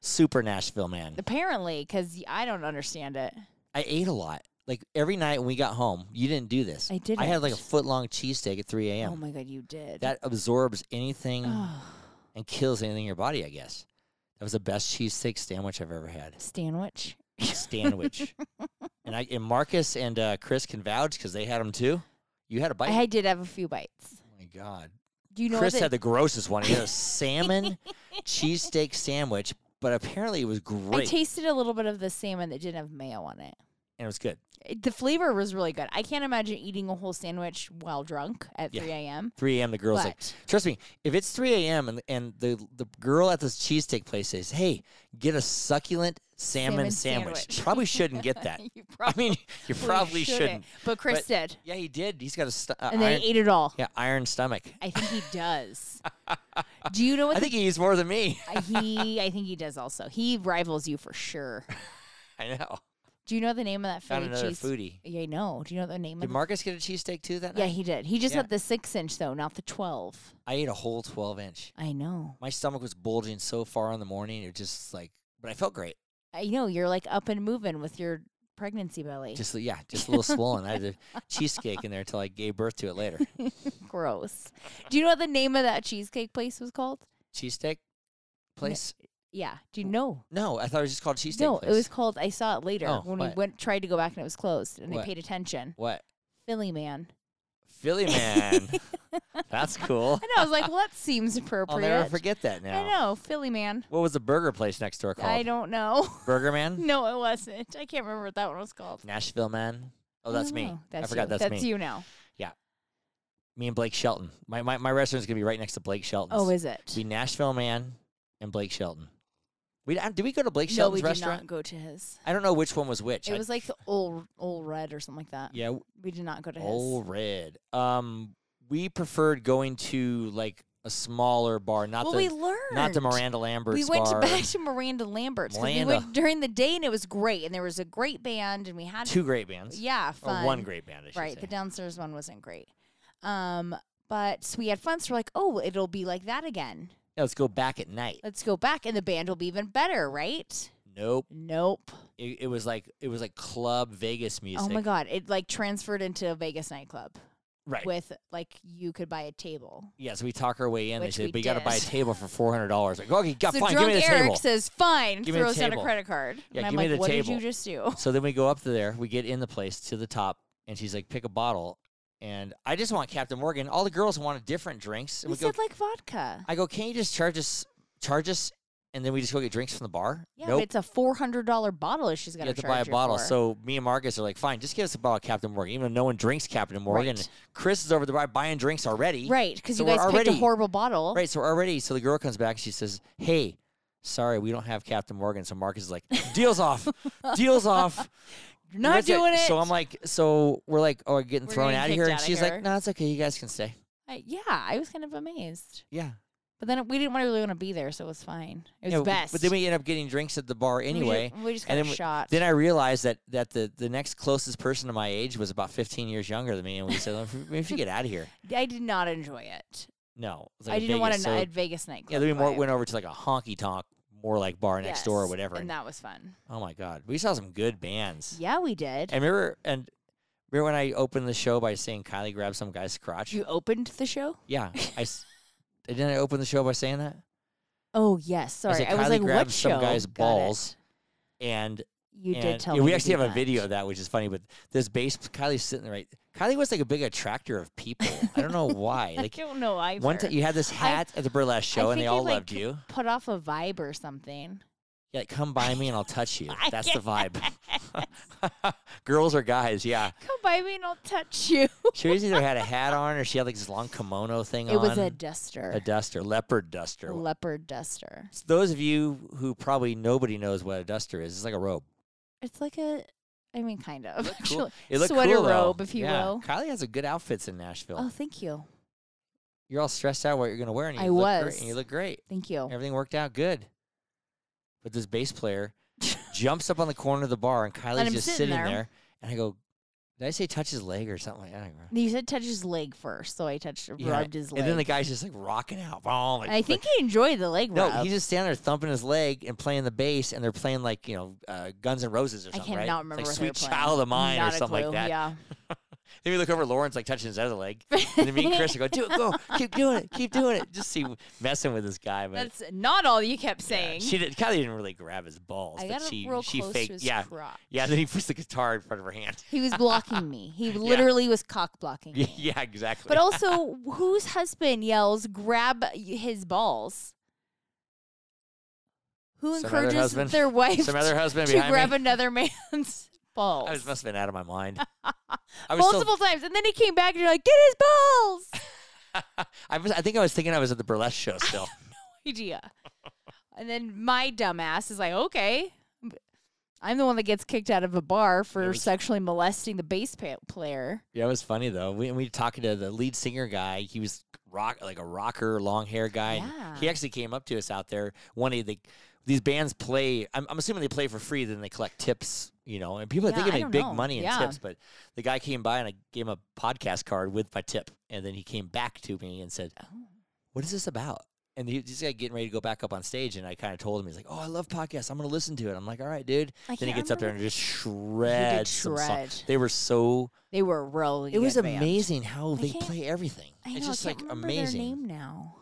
Speaker 1: Super Nashville man.
Speaker 2: apparently, because I don't understand it.
Speaker 1: I ate a lot. Like every night when we got home, you didn't do this.
Speaker 2: I
Speaker 1: I had like a
Speaker 2: didn't.
Speaker 1: foot long cheesesteak at 3 a.m.
Speaker 2: Oh my god, you did.
Speaker 1: that mm. absorbs anything
Speaker 2: oh,
Speaker 1: and kills anything in your body, I guess. That was the best cheesesteak sandwich I've ever had.
Speaker 2: Stanwich. *laughs*
Speaker 1: Sandwich. and I and Marcus and uh, Chris can vouch because they had them too. You had a bite.
Speaker 2: I had- did have a few bites.
Speaker 1: oh my god.
Speaker 2: Do you know
Speaker 1: Chris
Speaker 2: that
Speaker 1: had the grossest one.
Speaker 2: *laughs*
Speaker 1: He had a salmon cheesesteak sandwich, but apparently it was
Speaker 2: I
Speaker 1: great
Speaker 2: tasted a little bit of the salmon that didn't have mayo on it.
Speaker 1: and it was good.
Speaker 2: It- The flavor was really good. I can't imagine eating a whole sandwich while drunk at
Speaker 1: Yeah.
Speaker 2: 3 a.m.
Speaker 1: 3 a.m. The girls like,
Speaker 2: But-
Speaker 1: trust me, if it's 3 a.m. and and the the girl at this cheesesteak place says, "Hey, get a succulent salmon,
Speaker 2: Salmon
Speaker 1: sandwich.
Speaker 2: sandwich.
Speaker 1: Probably shouldn't get that.
Speaker 2: *laughs* you
Speaker 1: I
Speaker 2: probably
Speaker 1: mean, *laughs* you probably shouldn't.
Speaker 2: But Chris
Speaker 1: But-
Speaker 2: did.
Speaker 1: Yeah, he did. He's got a stu- uh,
Speaker 2: And then
Speaker 1: iron,
Speaker 2: he ate it all.
Speaker 1: yeah iron
Speaker 2: *laughs*
Speaker 1: stomach.
Speaker 2: I think he does.
Speaker 1: *laughs*
Speaker 2: Do you know what
Speaker 1: I think he eats more than me. *laughs*
Speaker 2: the- he? *laughs* I think he does also. He rivals you for sure.
Speaker 1: I know.
Speaker 2: Do you know the name of that
Speaker 1: Found
Speaker 2: Philly
Speaker 1: another
Speaker 2: cheese?
Speaker 1: foodie.
Speaker 2: Yeah, I know. Do you know the name
Speaker 1: Did
Speaker 2: of? the-
Speaker 1: Marcus get a cheesesteak too that
Speaker 2: yeah,
Speaker 1: night?
Speaker 2: he did. He just
Speaker 1: Yeah.
Speaker 2: had the six inch though, not the twelve.
Speaker 1: I ate a whole 12 inch.
Speaker 2: I know.
Speaker 1: My stomach was bulging so far in the morning. It just like, but I felt great.
Speaker 2: I know. You're like up and moving with your pregnancy belly.
Speaker 1: Just yeah, just a little swollen. I had
Speaker 2: *laughs*
Speaker 1: a cheesecake in there until I gave birth to it later.
Speaker 2: Gross. Do you know what the name of that cheesecake place was called?
Speaker 1: Cheesesteak place?
Speaker 2: Yeah. Do you know?
Speaker 1: No, I thought it was just called cheesesteak
Speaker 2: No,
Speaker 1: place.
Speaker 2: it was called. I saw it later
Speaker 1: Oh,
Speaker 2: when we
Speaker 1: what?
Speaker 2: went tried to go back and it was closed, and
Speaker 1: What?
Speaker 2: I paid attention.
Speaker 1: what?
Speaker 2: Philly man.
Speaker 1: Philly
Speaker 2: *laughs*
Speaker 1: man. That's cool.
Speaker 2: And I was like, well, that seems
Speaker 1: *laughs*
Speaker 2: appropriate.
Speaker 1: I'll never forget that now.
Speaker 2: I know, Philly man.
Speaker 1: What was the burger place next door called?
Speaker 2: I don't know. *laughs*
Speaker 1: Burger Man?
Speaker 2: no, it wasn't. I can't remember what that one was called.
Speaker 1: Nashville Man? Oh,
Speaker 2: I
Speaker 1: that's
Speaker 2: don't
Speaker 1: me.
Speaker 2: know. That's
Speaker 1: I forgot
Speaker 2: you.
Speaker 1: that's, me.
Speaker 2: you now.
Speaker 1: Me and Blake Shelton. My my, my restaurant's gonna be right next to Blake Shelton's.
Speaker 2: Oh, is it?
Speaker 1: be Nashville Man and Blake Shelton. We uh, did we go to Blake
Speaker 2: no,
Speaker 1: Shelton's
Speaker 2: we did
Speaker 1: restaurant?
Speaker 2: not go to his.
Speaker 1: I don't know which one was which.
Speaker 2: It
Speaker 1: I-
Speaker 2: was like the old old red or something like that.
Speaker 1: yeah,
Speaker 2: We did not go to his.
Speaker 1: All red. Um, we preferred going to like a smaller bar, not
Speaker 2: well,
Speaker 1: the
Speaker 2: we learned.
Speaker 1: not the Miranda Lambert's
Speaker 2: We went to
Speaker 1: bar.
Speaker 2: back to Miranda Lambert's 'cause we
Speaker 1: Miranda.
Speaker 2: went during the day and it was great and there was a great band and we had
Speaker 1: Two great bands,
Speaker 2: yeah fun
Speaker 1: or one great band, I should
Speaker 2: right
Speaker 1: say.
Speaker 2: the downstairs one wasn't great, um but we had fun so we're like oh it'll be like that again
Speaker 1: Yeah, let's go back at night.
Speaker 2: let's go back and the band will be even better, right?
Speaker 1: Nope.
Speaker 2: Nope.
Speaker 1: It, it was like it was like club Vegas music.
Speaker 2: Oh my god, it like transferred into a Vegas nightclub
Speaker 1: Right.
Speaker 2: with like you could buy a table.
Speaker 1: yeah, so we talk our way in. They
Speaker 2: Which
Speaker 1: said,
Speaker 2: we
Speaker 1: but you got to buy a
Speaker 2: did.
Speaker 1: table for four hundred dollars. Like, okay, yeah,
Speaker 2: so
Speaker 1: fine, give
Speaker 2: drunk
Speaker 1: me the
Speaker 2: Eric
Speaker 1: table.
Speaker 2: says, "Fine,"
Speaker 1: Give me the
Speaker 2: throws out a
Speaker 1: table.
Speaker 2: credit card,
Speaker 1: Yeah,
Speaker 2: and I'm
Speaker 1: give me
Speaker 2: like,
Speaker 1: the
Speaker 2: "What did
Speaker 1: table."
Speaker 2: you just do?"
Speaker 1: So then we go up to there. We get in the place to the top, and she's like, "Pick a bottle." And I just want Captain Morgan. All the girls wanted different drinks. And
Speaker 2: We
Speaker 1: we go,
Speaker 2: said like vodka.
Speaker 1: I go, "Can you just charge us, charge us, and then we just go get drinks from the bar?"
Speaker 2: Yeah,
Speaker 1: nope.
Speaker 2: but it's a four hundred dollar bottle. that She's got
Speaker 1: you have to
Speaker 2: charge
Speaker 1: buy a
Speaker 2: you
Speaker 1: bottle.
Speaker 2: for.
Speaker 1: So me and Marcus are like, "Fine, just give us a bottle of Captain Morgan." Even though no one drinks Captain Morgan,
Speaker 2: Right.
Speaker 1: Chris is over there buying drinks already.
Speaker 2: right, because
Speaker 1: so
Speaker 2: you
Speaker 1: we're
Speaker 2: guys picked a
Speaker 1: already-
Speaker 2: horrible bottle.
Speaker 1: Right, so we're already, so the girl comes back. She says, "Hey, sorry, we don't have Captain Morgan. So Marcus is like, deals
Speaker 2: *laughs*
Speaker 1: off, deals off.
Speaker 2: You're not
Speaker 1: That's
Speaker 2: doing it.
Speaker 1: So I'm like, so we're like, oh, we're getting
Speaker 2: We're
Speaker 1: thrown
Speaker 2: getting
Speaker 1: out of
Speaker 2: kicked
Speaker 1: here.
Speaker 2: out
Speaker 1: And
Speaker 2: of
Speaker 1: she's
Speaker 2: here.
Speaker 1: like, no, it's okay. You guys can stay.
Speaker 2: I- yeah, I was kind of amazed.
Speaker 1: Yeah.
Speaker 2: But then we didn't really want to be there, so it was fine. It was
Speaker 1: Yeah, w-
Speaker 2: best.
Speaker 1: But then we end up getting drinks at the bar
Speaker 2: We ju-
Speaker 1: anyway.
Speaker 2: we just, got
Speaker 1: and then we-
Speaker 2: shot.
Speaker 1: Then I realized that that the, the next closest person to my age was about 15 years younger than me, and we said, "Well, if- "If you get out of here,
Speaker 2: I did not enjoy it.
Speaker 1: no." It was
Speaker 2: I
Speaker 1: like
Speaker 2: didn't want
Speaker 1: Vegas,
Speaker 2: to
Speaker 1: so-
Speaker 2: at Vegas nightclub.
Speaker 1: yeah, then we more,
Speaker 2: vibe.
Speaker 1: went over to like a honky tonk, more like bar next door or
Speaker 2: Yes,
Speaker 1: whatever.
Speaker 2: and
Speaker 1: and-
Speaker 2: that was fun.
Speaker 1: oh my god, we saw some good bands.
Speaker 2: Yeah, we did.
Speaker 1: And remember, and remember when I opened the show by saying Kylie grabbed some guy's crotch?
Speaker 2: you opened the show?
Speaker 1: yeah, I
Speaker 2: *laughs*
Speaker 1: s- didn't. I open the show by saying that,
Speaker 2: Oh yes, sorry. I,
Speaker 1: said
Speaker 2: was
Speaker 1: Kylie
Speaker 2: like, what
Speaker 1: grabbed some
Speaker 2: show?
Speaker 1: guy's
Speaker 2: Got it.
Speaker 1: balls. and
Speaker 2: You
Speaker 1: and,
Speaker 2: did tell
Speaker 1: yeah,
Speaker 2: me.
Speaker 1: we
Speaker 2: to
Speaker 1: actually
Speaker 2: do
Speaker 1: have a
Speaker 2: that. *laughs*
Speaker 1: video of that, which is funny. But this bass, Kylie's sitting right. Kylie was like a big attractor of people. I don't know
Speaker 2: *laughs*
Speaker 1: why.
Speaker 2: I
Speaker 1: Like
Speaker 2: don't know either.
Speaker 1: one time you had this hat at the burlesque
Speaker 2: I
Speaker 1: show, and
Speaker 2: think
Speaker 1: they
Speaker 2: you,
Speaker 1: all
Speaker 2: like,
Speaker 1: loved you.
Speaker 2: *laughs* Put off a vibe or something.
Speaker 1: Yeah, like, come by me and I'll touch you.
Speaker 2: *laughs* I
Speaker 1: That's the vibe. *laughs* Girls or guys, yeah.
Speaker 2: *laughs* Come by me and I'll touch you.
Speaker 1: She was either had a hat on or she had like this long kimono thing
Speaker 2: It
Speaker 1: on.
Speaker 2: was a duster,
Speaker 1: a duster, leopard
Speaker 2: a
Speaker 1: duster.
Speaker 2: leopard duster.
Speaker 1: So those of you who probably nobody knows what a duster is, it's like a robe.
Speaker 2: It's like a, I mean, kind of.
Speaker 1: Cool.
Speaker 2: Actually.
Speaker 1: It looked
Speaker 2: Sweater
Speaker 1: cool, though.
Speaker 2: robe, if you
Speaker 1: Yeah.
Speaker 2: will.
Speaker 1: Kylie has a good outfits in Nashville.
Speaker 2: Oh, thank you,
Speaker 1: You're all stressed out what you're gonna wear, and you
Speaker 2: I
Speaker 1: look great,
Speaker 2: was. Oh.
Speaker 1: and you look great.
Speaker 2: thank you.
Speaker 1: Everything worked out good. But this bass
Speaker 2: *laughs*
Speaker 1: player jumps up on the corner of the bar, and Kylie's
Speaker 2: him
Speaker 1: just
Speaker 2: sit in
Speaker 1: sitting there.
Speaker 2: there.
Speaker 1: And I go, "Did I say touch his leg or something like that?" I don't remember.
Speaker 2: You said touch his leg first, so I touched,
Speaker 1: Yeah,
Speaker 2: rubbed his leg.
Speaker 1: And then the guy's just like rocking out. boom, like-
Speaker 2: I
Speaker 1: like-
Speaker 2: think he enjoyed the leg
Speaker 1: no,
Speaker 2: rub.
Speaker 1: he's just standing there thumping his leg and playing the bass, and they're playing like you know uh, Guns N' Roses or
Speaker 2: I
Speaker 1: something,
Speaker 2: cannot
Speaker 1: right?
Speaker 2: remember
Speaker 1: like
Speaker 2: what they were
Speaker 1: Sweet
Speaker 2: playing.
Speaker 1: Child of Mine
Speaker 2: Not
Speaker 1: or
Speaker 2: a
Speaker 1: something
Speaker 2: clue,
Speaker 1: like that.
Speaker 2: Yeah.
Speaker 1: Then we look over, Lawrence like touching his other leg, and then me and Chris are going, "Do it, go, keep doing it, keep doing it." Just see messing with this
Speaker 2: *laughs*
Speaker 1: guy, but
Speaker 2: That's not all you kept
Speaker 1: Yeah,
Speaker 2: saying.
Speaker 1: she did, Kylie didn't really grab his balls,
Speaker 2: I
Speaker 1: but
Speaker 2: got
Speaker 1: she
Speaker 2: real
Speaker 1: she
Speaker 2: close
Speaker 1: faked.
Speaker 2: to his
Speaker 1: yeah,
Speaker 2: crotch.
Speaker 1: yeah. Then he puts the guitar in front of her hand. *laughs*
Speaker 2: He was blocking me. He literally was cock blocking me.
Speaker 1: yeah, *laughs* exactly.
Speaker 2: But also, whose husband yells, grab y- his balls? Who
Speaker 1: Some other
Speaker 2: encourages
Speaker 1: husband-
Speaker 2: their wife
Speaker 1: some other husband
Speaker 2: *laughs* to
Speaker 1: behind
Speaker 2: grab
Speaker 1: me.
Speaker 2: another *laughs* man's balls?
Speaker 1: I was must have been out of my
Speaker 2: *laughs*
Speaker 1: mind. I was
Speaker 2: Multiple times. And then he came back and you're like, get his balls!
Speaker 1: *laughs* Still, I was. I think I was thinking I was at the burlesque show still.
Speaker 2: Idea. *laughs* and then my dumbass is like, okay. I'm the one that gets kicked out of a bar for
Speaker 1: was-
Speaker 2: sexually molesting the bass pa- player.
Speaker 1: Yeah, it was funny though. We we talking to the lead singer guy. He was rock like a rocker, long hair guy. and He
Speaker 2: Yeah.
Speaker 1: actually came up to us out there. One of the these bands play. I'm, I'm assuming they play for free. Then they collect tips. You know, and people
Speaker 2: Yeah,
Speaker 1: think
Speaker 2: I
Speaker 1: they make
Speaker 2: don't
Speaker 1: big
Speaker 2: know.
Speaker 1: money in
Speaker 2: Yeah.
Speaker 1: tips. But the guy came by and I gave him a podcast card with my tip, and then he came back to me and said, "What is this about?" And he, he's like getting ready to go back up on stage, and I kind of told him, he's like, "Oh, I love podcasts. I'm going to listen to it." I'm like, "All right,
Speaker 2: *laughs*
Speaker 1: dude."
Speaker 2: I
Speaker 1: Then he
Speaker 2: can't
Speaker 1: gets up there
Speaker 2: remember
Speaker 1: and just shreds. some songs.
Speaker 2: shred.
Speaker 1: They were so
Speaker 2: They were rolling.
Speaker 1: it was amazing how they
Speaker 2: can't-
Speaker 1: play everything.
Speaker 2: I know,
Speaker 1: it's just
Speaker 2: I can't
Speaker 1: like
Speaker 2: remember
Speaker 1: amazing.
Speaker 2: Their name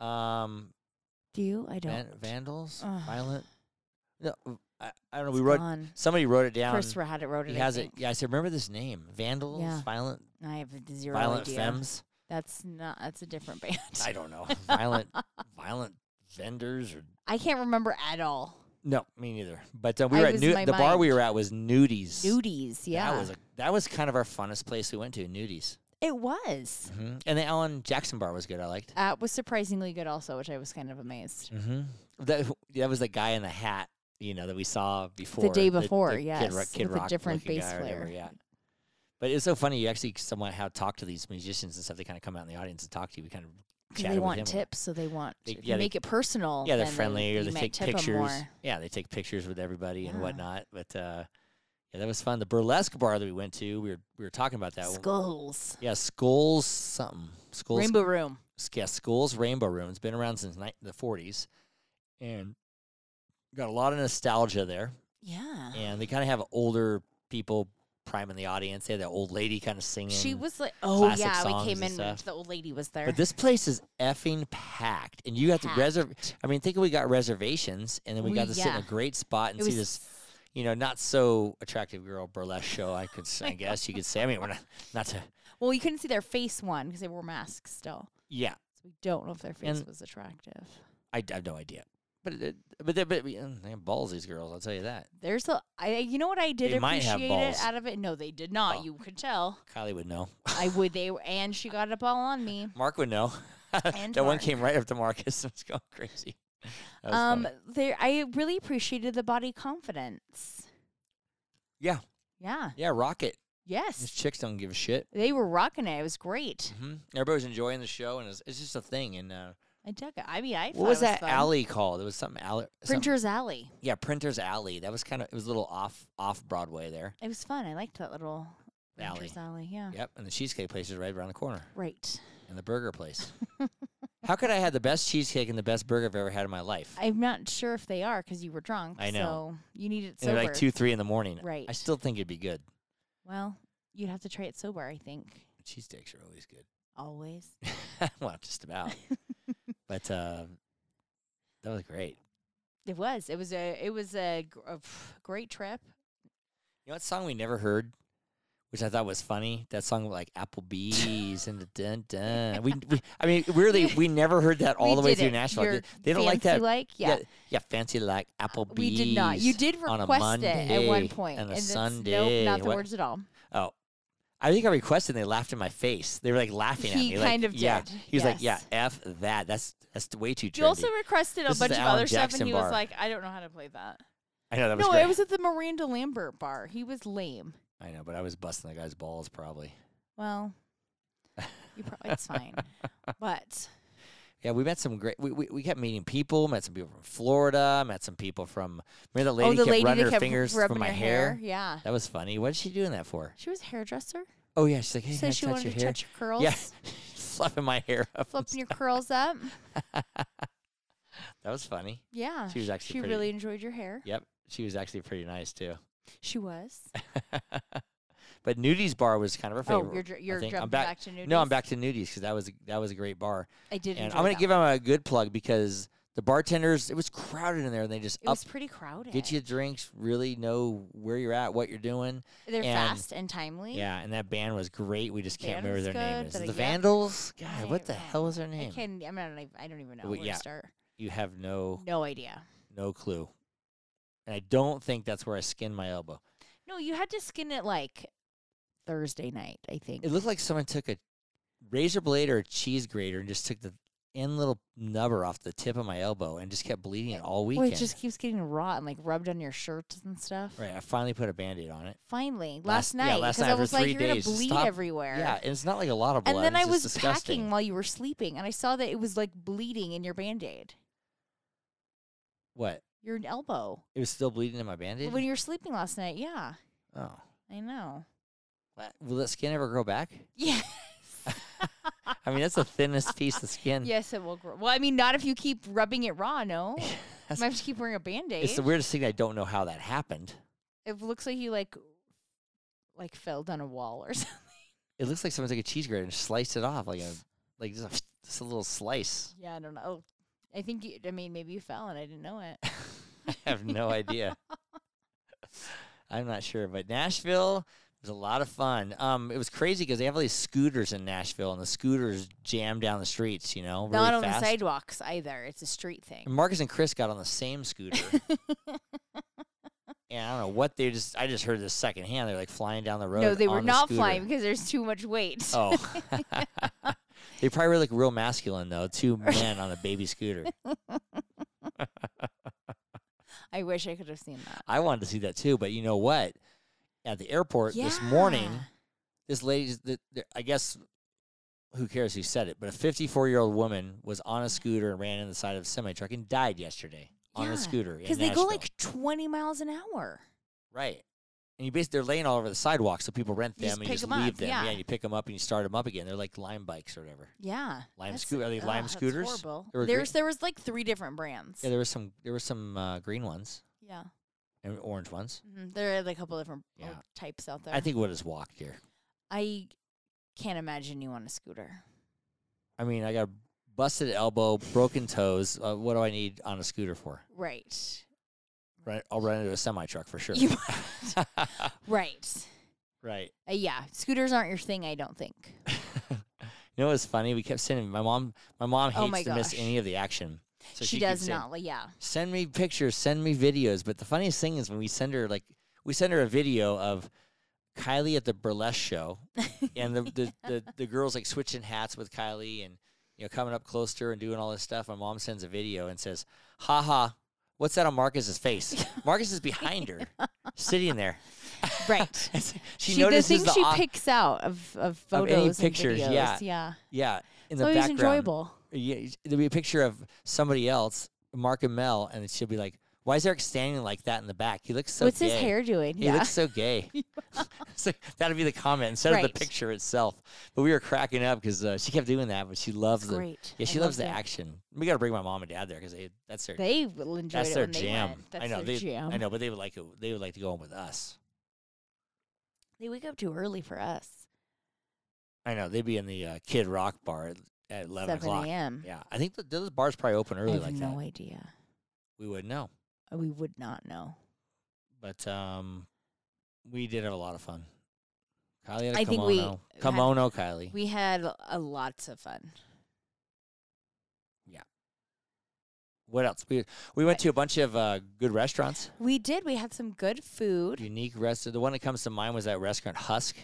Speaker 2: now.
Speaker 1: Um,
Speaker 2: Do you? I don't.
Speaker 1: van- vandals,
Speaker 2: Ugh.
Speaker 1: violent. No, I, I don't know.
Speaker 2: It's
Speaker 1: We wrote.
Speaker 2: gone.
Speaker 1: Somebody wrote it down.
Speaker 2: Chris had it wrote it.
Speaker 1: he
Speaker 2: I
Speaker 1: has it.
Speaker 2: think.
Speaker 1: Yeah, I said, remember this name, vandals,
Speaker 2: Yeah.
Speaker 1: violent,
Speaker 2: I have zero
Speaker 1: violent
Speaker 2: idea. *laughs*
Speaker 1: femmes.
Speaker 2: That's not. That's a different band.
Speaker 1: I don't know. Violent, violent vendors or
Speaker 2: *laughs* I can't remember at all.
Speaker 1: no, me neither. But uh, we
Speaker 2: I
Speaker 1: were at
Speaker 2: was
Speaker 1: Nu-
Speaker 2: my
Speaker 1: the bar we
Speaker 2: mind.
Speaker 1: were at was Nudies.
Speaker 2: Nudies. Yeah.
Speaker 1: That was a, that was kind of our funnest place we went to, Nudies.
Speaker 2: it was.
Speaker 1: hmm And the Alan Jackson bar was good. I liked.
Speaker 2: That was surprisingly good, also, which I was kind of amazed.
Speaker 1: Mm-hmm. That that was the guy in the hat, you know, that we saw before
Speaker 2: day before,
Speaker 1: Kid
Speaker 2: yes,
Speaker 1: Rock- Kid
Speaker 2: with a
Speaker 1: Rock
Speaker 2: different
Speaker 1: looking guy
Speaker 2: bass
Speaker 1: or whatever,
Speaker 2: player.
Speaker 1: Yeah, but it's so funny. You actually somewhat how talk to these musicians and stuff. They kind of come out in the audience and talk to you. We kind of
Speaker 2: 'Cause
Speaker 1: chatted
Speaker 2: They
Speaker 1: with
Speaker 2: want
Speaker 1: him.
Speaker 2: tips, so they want
Speaker 1: They-
Speaker 2: to
Speaker 1: yeah, they-
Speaker 2: make it personal.
Speaker 1: Yeah, they're
Speaker 2: then
Speaker 1: friendly or
Speaker 2: you
Speaker 1: they take
Speaker 2: might tip 'em
Speaker 1: pictures.
Speaker 2: more.
Speaker 1: Yeah, they take pictures with everybody and
Speaker 2: Yeah.
Speaker 1: whatnot. But uh, yeah, that was fun. The burlesque bar that we went to, we were we were talking about that. one.
Speaker 2: Skulls.
Speaker 1: yeah, Skulls something. Skulls
Speaker 2: Rainbow Room.
Speaker 1: s- yeah, School's Rainbow Room. It's been around since ni- the 40s and got a lot of nostalgia there.
Speaker 2: Yeah.
Speaker 1: And they kind of have older people priming the audience. They had that old lady kind of singing.
Speaker 2: She was like, oh
Speaker 1: classic
Speaker 2: yeah,
Speaker 1: songs
Speaker 2: we came
Speaker 1: and
Speaker 2: in.
Speaker 1: stuff.
Speaker 2: The old lady was there.
Speaker 1: But this place is effing packed. And you have to reserve.
Speaker 2: Packed.
Speaker 1: I mean, think we got reservations and then we,
Speaker 2: We-
Speaker 1: got to sit in
Speaker 2: yeah.
Speaker 1: a great spot and
Speaker 2: It
Speaker 1: see
Speaker 2: was
Speaker 1: this. You know, not so attractive girl burlesque show. I could,
Speaker 2: *laughs*
Speaker 1: s- I guess you could say. I mean, we're not, not to,
Speaker 2: Well, you couldn't see their face one because they wore masks still.
Speaker 1: yeah.
Speaker 2: So we don't know if their face
Speaker 1: And-
Speaker 2: was attractive.
Speaker 1: I, I have no idea. But, it, but, they- but, yeah, they have balls these girls. I'll tell you that.
Speaker 2: There's a, I, you know what I did
Speaker 1: They might have
Speaker 2: appreciate
Speaker 1: balls.
Speaker 2: it out of it. No, they did not.
Speaker 1: Oh.
Speaker 2: You could tell.
Speaker 1: Kylie would know.
Speaker 2: I would. They were, and she got it all on me.
Speaker 1: Mark would know. *laughs* that
Speaker 2: And
Speaker 1: one *laughs*
Speaker 2: Mark.
Speaker 1: came right up to Marcus and was going crazy. That was
Speaker 2: Um,
Speaker 1: funny.
Speaker 2: there, I really appreciated the body confidence.
Speaker 1: Yeah.
Speaker 2: Yeah.
Speaker 1: Yeah, Rocket. These
Speaker 2: Yes.
Speaker 1: chicks don't give a shit.
Speaker 2: They were rocking it. It was great.
Speaker 1: hmm Everybody's enjoying the show, and it's, it's just a thing. And uh,
Speaker 2: I dug it. I mean, I thought
Speaker 1: what was
Speaker 2: it was
Speaker 1: that
Speaker 2: fun.
Speaker 1: alley called? It was something alley. some-
Speaker 2: Printer's Alley.
Speaker 1: yeah, Printer's Alley. That was kind of it was a little off off Broadway there.
Speaker 2: It was fun. I liked that little
Speaker 1: Alley.
Speaker 2: Printer's Alley. Yeah.
Speaker 1: Yep, and the cheesecake place is right around the corner,
Speaker 2: Right.
Speaker 1: and the burger
Speaker 2: *laughs*
Speaker 1: place. How could I have the best cheesecake and the best burger I've ever had in my life?
Speaker 2: I'm not sure if they are because you were drunk.
Speaker 1: I know.
Speaker 2: So you need it
Speaker 1: and
Speaker 2: sober.
Speaker 1: at like two, three in the morning.
Speaker 2: Right.
Speaker 1: I still think it'd be good.
Speaker 2: well, you'd have to try it sober, I think.
Speaker 1: Cheesesteaks are always good.
Speaker 2: Always.
Speaker 1: *laughs* well, just
Speaker 2: *laughs*
Speaker 1: about. but uh, that was great.
Speaker 2: It was. It was a. It was a, gr- a pff, great trip.
Speaker 1: You know what song we never heard, which I thought was funny? That song with like Applebee's and the dun dun. We, we, I mean,
Speaker 2: *laughs*
Speaker 1: weirdly, we never heard that all
Speaker 2: We
Speaker 1: the way
Speaker 2: did
Speaker 1: through
Speaker 2: it.
Speaker 1: Nashville.
Speaker 2: Your
Speaker 1: They- they don't like
Speaker 2: fancy
Speaker 1: that.
Speaker 2: Like yeah.
Speaker 1: yeah, fancy like Applebee's.
Speaker 2: We did not. You did
Speaker 1: on a
Speaker 2: request it at
Speaker 1: Monday
Speaker 2: one point,
Speaker 1: and a
Speaker 2: it's-
Speaker 1: Sunday.
Speaker 2: Nope, not the
Speaker 1: What-
Speaker 2: words at all.
Speaker 1: Oh, I think I requested. and They laughed in my face. They were like laughing
Speaker 2: He
Speaker 1: at me. like,
Speaker 2: kind of
Speaker 1: Yeah.
Speaker 2: did,
Speaker 1: He was like, "Yeah, f
Speaker 2: yes.
Speaker 1: that. That's that's way too trendy."
Speaker 2: You also requested
Speaker 1: This is
Speaker 2: a bunch
Speaker 1: the
Speaker 2: of
Speaker 1: Alan
Speaker 2: other stuff,
Speaker 1: Jackson
Speaker 2: and he
Speaker 1: bar.
Speaker 2: was like, "I don't know how to play that."
Speaker 1: I know that was
Speaker 2: no,
Speaker 1: great.
Speaker 2: it was at the Miranda Lambert bar. He was lame.
Speaker 1: I know, but I was busting the guy's balls probably.
Speaker 2: Well, you probably
Speaker 1: *laughs*
Speaker 2: it's fine, but
Speaker 1: Yeah, we met some great. We, we, we kept meeting people. Met some people from Florida. Met some people from. Remember the lady
Speaker 2: oh, the
Speaker 1: kept
Speaker 2: lady
Speaker 1: running
Speaker 2: that
Speaker 1: her
Speaker 2: kept
Speaker 1: fingers
Speaker 2: rubbing
Speaker 1: from my
Speaker 2: her
Speaker 1: hair.
Speaker 2: Yeah,
Speaker 1: That was funny. What is she doing that for?
Speaker 2: she was a hairdresser.
Speaker 1: Oh yeah, she's like, hey,
Speaker 2: She
Speaker 1: can I
Speaker 2: said she
Speaker 1: touch
Speaker 2: wanted
Speaker 1: your
Speaker 2: to
Speaker 1: hair? *laughs*
Speaker 2: touch your curls,
Speaker 1: Yeah, fluffing my hair up.
Speaker 2: flipping your curls up.
Speaker 1: *laughs* That was funny.
Speaker 2: Yeah,
Speaker 1: She was actually
Speaker 2: Uh, she
Speaker 1: pretty.
Speaker 2: really enjoyed your hair.
Speaker 1: Yep, she was actually pretty nice too. *laughs*
Speaker 2: She was.
Speaker 1: but Nudie's bar was kind of her favorite.
Speaker 2: Oh, you're dr- you're
Speaker 1: think.
Speaker 2: jumping
Speaker 1: I'm back-
Speaker 2: back, to nudies.
Speaker 1: no, I'm back to Nudie's because that was a- that was a great bar.
Speaker 2: I did.
Speaker 1: and
Speaker 2: enjoy
Speaker 1: I'm gonna
Speaker 2: that
Speaker 1: give
Speaker 2: one.
Speaker 1: them a good plug because the bartenders, it was crowded in there, and they just
Speaker 2: It
Speaker 1: up
Speaker 2: was pretty crowded.
Speaker 1: get you drinks, really know where you're at, what you're doing.
Speaker 2: They're
Speaker 1: and-
Speaker 2: fast and timely.
Speaker 1: Yeah, and that band was great. We just can't
Speaker 2: Band
Speaker 1: remember
Speaker 2: was
Speaker 1: their name.
Speaker 2: good,
Speaker 1: Is
Speaker 2: but
Speaker 1: it the
Speaker 2: yep.
Speaker 1: Vandals? God,
Speaker 2: I
Speaker 1: what the
Speaker 2: don't-
Speaker 1: hell is their
Speaker 2: I
Speaker 1: name?
Speaker 2: can. I'm not. I don't even know
Speaker 1: Well,
Speaker 2: where
Speaker 1: yeah.
Speaker 2: to start.
Speaker 1: You have no
Speaker 2: No idea.
Speaker 1: no clue, and I don't think that's where I skinned my elbow.
Speaker 2: No, you had to skin it like Thursday night. I think.
Speaker 1: It looked like someone took a razor blade or a cheese grater and just took the end little nubber off the tip of my elbow and just kept bleeding it all
Speaker 2: well,
Speaker 1: weekend.
Speaker 2: it just keeps getting raw and like rubbed on your shirts and stuff.
Speaker 1: right, I finally put a band-aid on it.
Speaker 2: Finally,
Speaker 1: Last-
Speaker 2: last,
Speaker 1: yeah,
Speaker 2: night,
Speaker 1: last night
Speaker 2: I
Speaker 1: after
Speaker 2: was like,
Speaker 1: three
Speaker 2: "You're gonna
Speaker 1: days,
Speaker 2: bleed
Speaker 1: stop-
Speaker 2: everywhere."
Speaker 1: Yeah, and it's not like a lot of blood.
Speaker 2: And then
Speaker 1: it's
Speaker 2: I
Speaker 1: just
Speaker 2: was
Speaker 1: disgusting.
Speaker 2: packing while you were sleeping, and I saw that it was like bleeding in your band aid,
Speaker 1: What?
Speaker 2: your elbow.
Speaker 1: It was still bleeding in my bandage.
Speaker 2: When you were sleeping last night, yeah,
Speaker 1: oh,
Speaker 2: I know.
Speaker 1: What? will that skin ever grow back?
Speaker 2: Yeah.
Speaker 1: I mean, that's the thinnest piece of skin.
Speaker 2: Yes, it will grow. Well, I mean, not if you keep rubbing it raw.
Speaker 1: *laughs*
Speaker 2: No, you
Speaker 1: That's-
Speaker 2: might have to keep wearing a band aid.
Speaker 1: it's the weirdest thing. I don't know how that happened.
Speaker 2: it looks like you like, like fell down a wall or *laughs* something.
Speaker 1: It looks like someone took a cheese grater and sliced it off, like a like just a, just a little slice. *laughs*
Speaker 2: Yeah, I don't know. I think you, I mean maybe you fell and I didn't know it.
Speaker 1: I have no
Speaker 2: *laughs*
Speaker 1: idea. I'm not sure, but Nashville was a lot of fun. Um, it was crazy because they have all these scooters in Nashville, and the scooters jam down the streets. You know, really
Speaker 2: Not on
Speaker 1: fast.
Speaker 2: the sidewalks either. It's a street
Speaker 1: And
Speaker 2: thing.
Speaker 1: Marcus and Chris got on the same scooter. and I don't know what they just I just heard this secondhand. They're like flying down the road.
Speaker 2: No, they
Speaker 1: on
Speaker 2: were
Speaker 1: the
Speaker 2: not
Speaker 1: scooter.
Speaker 2: flying because there's too much weight.
Speaker 1: *laughs* Oh. *laughs* they probably were like real masculine though. Two men on a baby scooter.
Speaker 2: *laughs* I wish I could have seen that.
Speaker 1: I wanted to see that too, but you know what? At the airport this morning,
Speaker 2: Yeah.
Speaker 1: this lady, th- th- I guess, who cares who said it, but a 54 year old woman was on a scooter and ran in the side of a semi truck and died yesterday on
Speaker 2: Yeah,
Speaker 1: a scooter. in
Speaker 2: Because they go
Speaker 1: Nashville.
Speaker 2: like 20 miles an hour.
Speaker 1: Right. And you basically they're laying all over the sidewalk, so people rent
Speaker 2: You just
Speaker 1: them and you
Speaker 2: pick
Speaker 1: just
Speaker 2: 'em up,
Speaker 1: leave them.
Speaker 2: yeah.
Speaker 1: and you pick them up and you start them up again. They're like lime bikes or whatever.
Speaker 2: Yeah.
Speaker 1: Lime
Speaker 2: that's-
Speaker 1: scoo- are they lime
Speaker 2: ugh, that's
Speaker 1: scooters?
Speaker 2: horrible.
Speaker 1: They were gre-
Speaker 2: There's there was like three different brands.
Speaker 1: Yeah, there was some there were some uh, green ones
Speaker 2: Yeah.
Speaker 1: and orange ones.
Speaker 2: Mhm. There are like a couple different uh,
Speaker 1: Yeah.
Speaker 2: types out there.
Speaker 1: I think we'll just walk here.
Speaker 2: I can't imagine you on a scooter.
Speaker 1: I mean, I got a busted elbow, broken toes. Uh, what do I need on a scooter for?
Speaker 2: Right.
Speaker 1: Right, I'll run into a semi truck for sure.
Speaker 2: You- *laughs* right.
Speaker 1: *laughs* right. *laughs*
Speaker 2: Uh, yeah, scooters aren't your thing, I don't think.
Speaker 1: You know what's funny? We kept sending my mom. My mom hates
Speaker 2: Oh my
Speaker 1: to miss
Speaker 2: gosh.
Speaker 1: any of the action. So
Speaker 2: she,
Speaker 1: keeps
Speaker 2: does
Speaker 1: saying,
Speaker 2: not. Like, yeah.
Speaker 1: send me pictures, send me videos. But the funniest thing is when we send her like we send her a video of
Speaker 2: *laughs*
Speaker 1: Kylie at the burlesque show, and the the, the, the girls like switching hats with Kylie, and you know, coming up close to her and doing all this stuff. My mom sends a video and says, "Ha ha, what's that on Marcus's
Speaker 2: *laughs*
Speaker 1: face? Marcus is behind her, sitting there." *laughs*
Speaker 2: Right.
Speaker 1: It's- she,
Speaker 2: she the
Speaker 1: notices
Speaker 2: thing
Speaker 1: the
Speaker 2: she
Speaker 1: au-
Speaker 2: picks out of of
Speaker 1: Of
Speaker 2: photos
Speaker 1: any
Speaker 2: and
Speaker 1: pictures,
Speaker 2: videos.
Speaker 1: yeah.
Speaker 2: yeah.
Speaker 1: yeah in
Speaker 2: It's
Speaker 1: the
Speaker 2: always
Speaker 1: background.
Speaker 2: enjoyable.
Speaker 1: Yeah, there'll be a picture of somebody else, Mark and Mel, and she'll be like, "Why is Eric standing like that in the back? He looks so
Speaker 2: What's
Speaker 1: gay.
Speaker 2: his hair doing?
Speaker 1: He
Speaker 2: yeah.
Speaker 1: looks so
Speaker 2: *laughs*
Speaker 1: gay." *laughs* so that'd be the comment instead of
Speaker 2: Right.
Speaker 1: the picture itself. But we were cracking up because uh, she kept doing that, but she loves the
Speaker 2: Great.
Speaker 1: yeah,
Speaker 2: I
Speaker 1: she loves
Speaker 2: loved
Speaker 1: the
Speaker 2: it.
Speaker 1: action. We got to bring my mom and dad there because they that's their
Speaker 2: They will enjoy
Speaker 1: that's
Speaker 2: it
Speaker 1: their
Speaker 2: when they
Speaker 1: jam.
Speaker 2: went. That's
Speaker 1: I know
Speaker 2: their
Speaker 1: they
Speaker 2: jam.
Speaker 1: I know, but they would like it, they would like to go home with us.
Speaker 2: They wake up too early for us.
Speaker 1: I know they'd be in the uh, Kid Rock bar at, at eleven
Speaker 2: Seven
Speaker 1: o'clock.
Speaker 2: a.m.
Speaker 1: Yeah, I think that those bars probably open
Speaker 2: I
Speaker 1: early
Speaker 2: have
Speaker 1: like
Speaker 2: no
Speaker 1: that.
Speaker 2: idea.
Speaker 1: We would know.
Speaker 2: Uh, We would not know.
Speaker 1: But um, we did have a lot of fun. Kylie had a
Speaker 2: I think we
Speaker 1: kimono.
Speaker 2: had-
Speaker 1: kimono, Kylie.
Speaker 2: We had a- a lots of fun.
Speaker 1: what else? We we went to a bunch of uh, good restaurants.
Speaker 2: We did. We had some good food.
Speaker 1: Unique restaurant. The one that comes to mind was that restaurant Husk.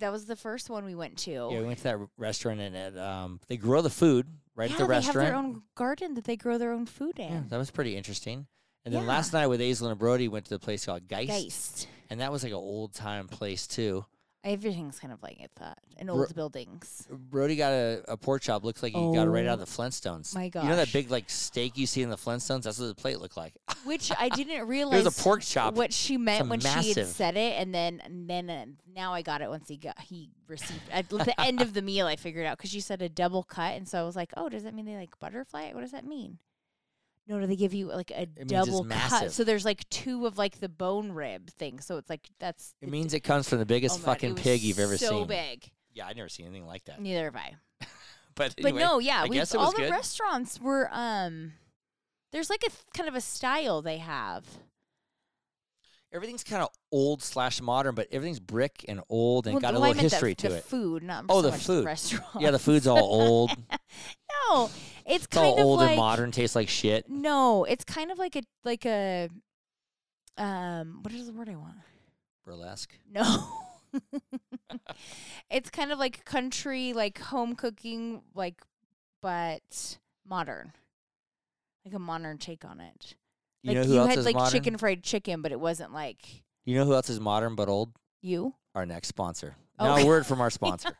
Speaker 2: That was the first one we went to.
Speaker 1: Yeah, we went to that r- restaurant and it, um, they grow the food right
Speaker 2: Yeah,
Speaker 1: at the
Speaker 2: they
Speaker 1: restaurant.
Speaker 2: have their own garden that they grow their own food
Speaker 1: yeah,
Speaker 2: in.
Speaker 1: that was pretty interesting. And then
Speaker 2: Yeah.
Speaker 1: last night with Aislinn and Brody went to the place called Geist,
Speaker 2: Geist.
Speaker 1: and that was like an old time place too.
Speaker 2: Everything's kind of like it that in
Speaker 1: Bro-
Speaker 2: old buildings.
Speaker 1: *laughs* Brody got a, a pork chop looked like he got it right out of
Speaker 2: Oh,
Speaker 1: the Flintstones.
Speaker 2: my
Speaker 1: you know that
Speaker 2: gosh.
Speaker 1: big like steak you see in the Flintstones? That's what the plate looked like.
Speaker 2: Which
Speaker 1: *laughs*
Speaker 2: I didn't
Speaker 1: It
Speaker 2: realize
Speaker 1: was a pork chop.
Speaker 2: what she meant when she had
Speaker 1: massive-
Speaker 2: said it, and then and then uh, now I got it once he got he received at the end of the meal. I figured out because she said a double cut, and so I was like, oh, does that mean they like butterfly? it? What does that mean? No, no, they give you like a
Speaker 1: it's
Speaker 2: double cut.
Speaker 1: massive.
Speaker 2: So there's like two of like the bone rib thing. So it's like that's
Speaker 1: It means it comes from the biggest
Speaker 2: oh my God, it
Speaker 1: fucking
Speaker 2: was
Speaker 1: pig you've ever
Speaker 2: so
Speaker 1: seen.
Speaker 2: big.
Speaker 1: Yeah, I never seen anything like that.
Speaker 2: Neither have I.
Speaker 1: But
Speaker 2: But
Speaker 1: anyway,
Speaker 2: no, yeah,
Speaker 1: I
Speaker 2: we
Speaker 1: guess it was
Speaker 2: all the
Speaker 1: good.
Speaker 2: restaurants were um. There's like a th- kind of a style they have.
Speaker 1: everything's kind of old slash modern, but everything's brick and old and got a
Speaker 2: well, I
Speaker 1: little
Speaker 2: meant the-
Speaker 1: history
Speaker 2: the,
Speaker 1: to it.
Speaker 2: food, not
Speaker 1: Oh,
Speaker 2: so
Speaker 1: the
Speaker 2: much
Speaker 1: food.
Speaker 2: restaurant.
Speaker 1: Yeah, the food's all old.
Speaker 2: *laughs* no, it's,
Speaker 1: It's
Speaker 2: kind
Speaker 1: all
Speaker 2: of
Speaker 1: old
Speaker 2: like
Speaker 1: and modern. Tastes like shit.
Speaker 2: No, it's kind of like a like a um. What is the word I want?
Speaker 1: Burlesque.
Speaker 2: No. *laughs* it's kind of like country, like home cooking, like but modern, like a modern take on it.
Speaker 1: You
Speaker 2: like
Speaker 1: know who
Speaker 2: you
Speaker 1: else
Speaker 2: had
Speaker 1: is
Speaker 2: like
Speaker 1: modern?
Speaker 2: chicken fried chicken, but it wasn't like
Speaker 1: You know who else is modern but old?
Speaker 2: you.
Speaker 1: Our next sponsor.
Speaker 2: Oh.
Speaker 1: Now a word
Speaker 2: *laughs*
Speaker 1: from our sponsor.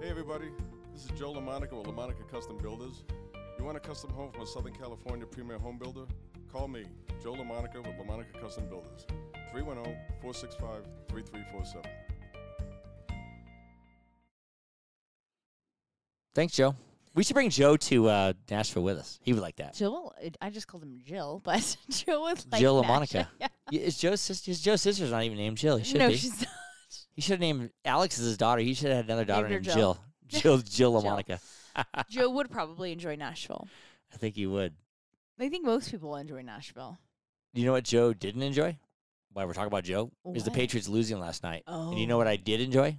Speaker 3: Hey everybody, this is Joe LaMonica with LaMonica Custom Builders. You want a custom home from a Southern California premier home builder? Call me, Joe LaMonica with LaMonica Custom Builders, 310-465-3347.
Speaker 1: Thanks, Joe. We should bring Joe to uh, Nashville with us. He would like that.
Speaker 2: Uh, Jill, I just called him Jill, *laughs* but Jill was like
Speaker 1: Jill
Speaker 2: that.
Speaker 1: LaMonica.
Speaker 2: *laughs* Yeah.
Speaker 1: Yeah, Is Joe's sister? Is Joe's sister's not even named Jill. He should
Speaker 2: no,
Speaker 1: be. *laughs*
Speaker 2: she's not.
Speaker 1: He should have named Alex as his daughter. He should have had another daughter
Speaker 2: Named
Speaker 1: named
Speaker 2: her
Speaker 1: Jill.
Speaker 2: *laughs*
Speaker 1: Jill, Jill
Speaker 2: Jill.
Speaker 1: LaMonica.
Speaker 2: Jill would probably enjoy Nashville.
Speaker 1: I think he would.
Speaker 2: I think most people enjoy Nashville.
Speaker 1: You know what Joe didn't enjoy? Why we're talking about Joe? Is the
Speaker 2: What?
Speaker 1: Patriots losing last night? And you know
Speaker 2: Oh.
Speaker 1: what I did enjoy?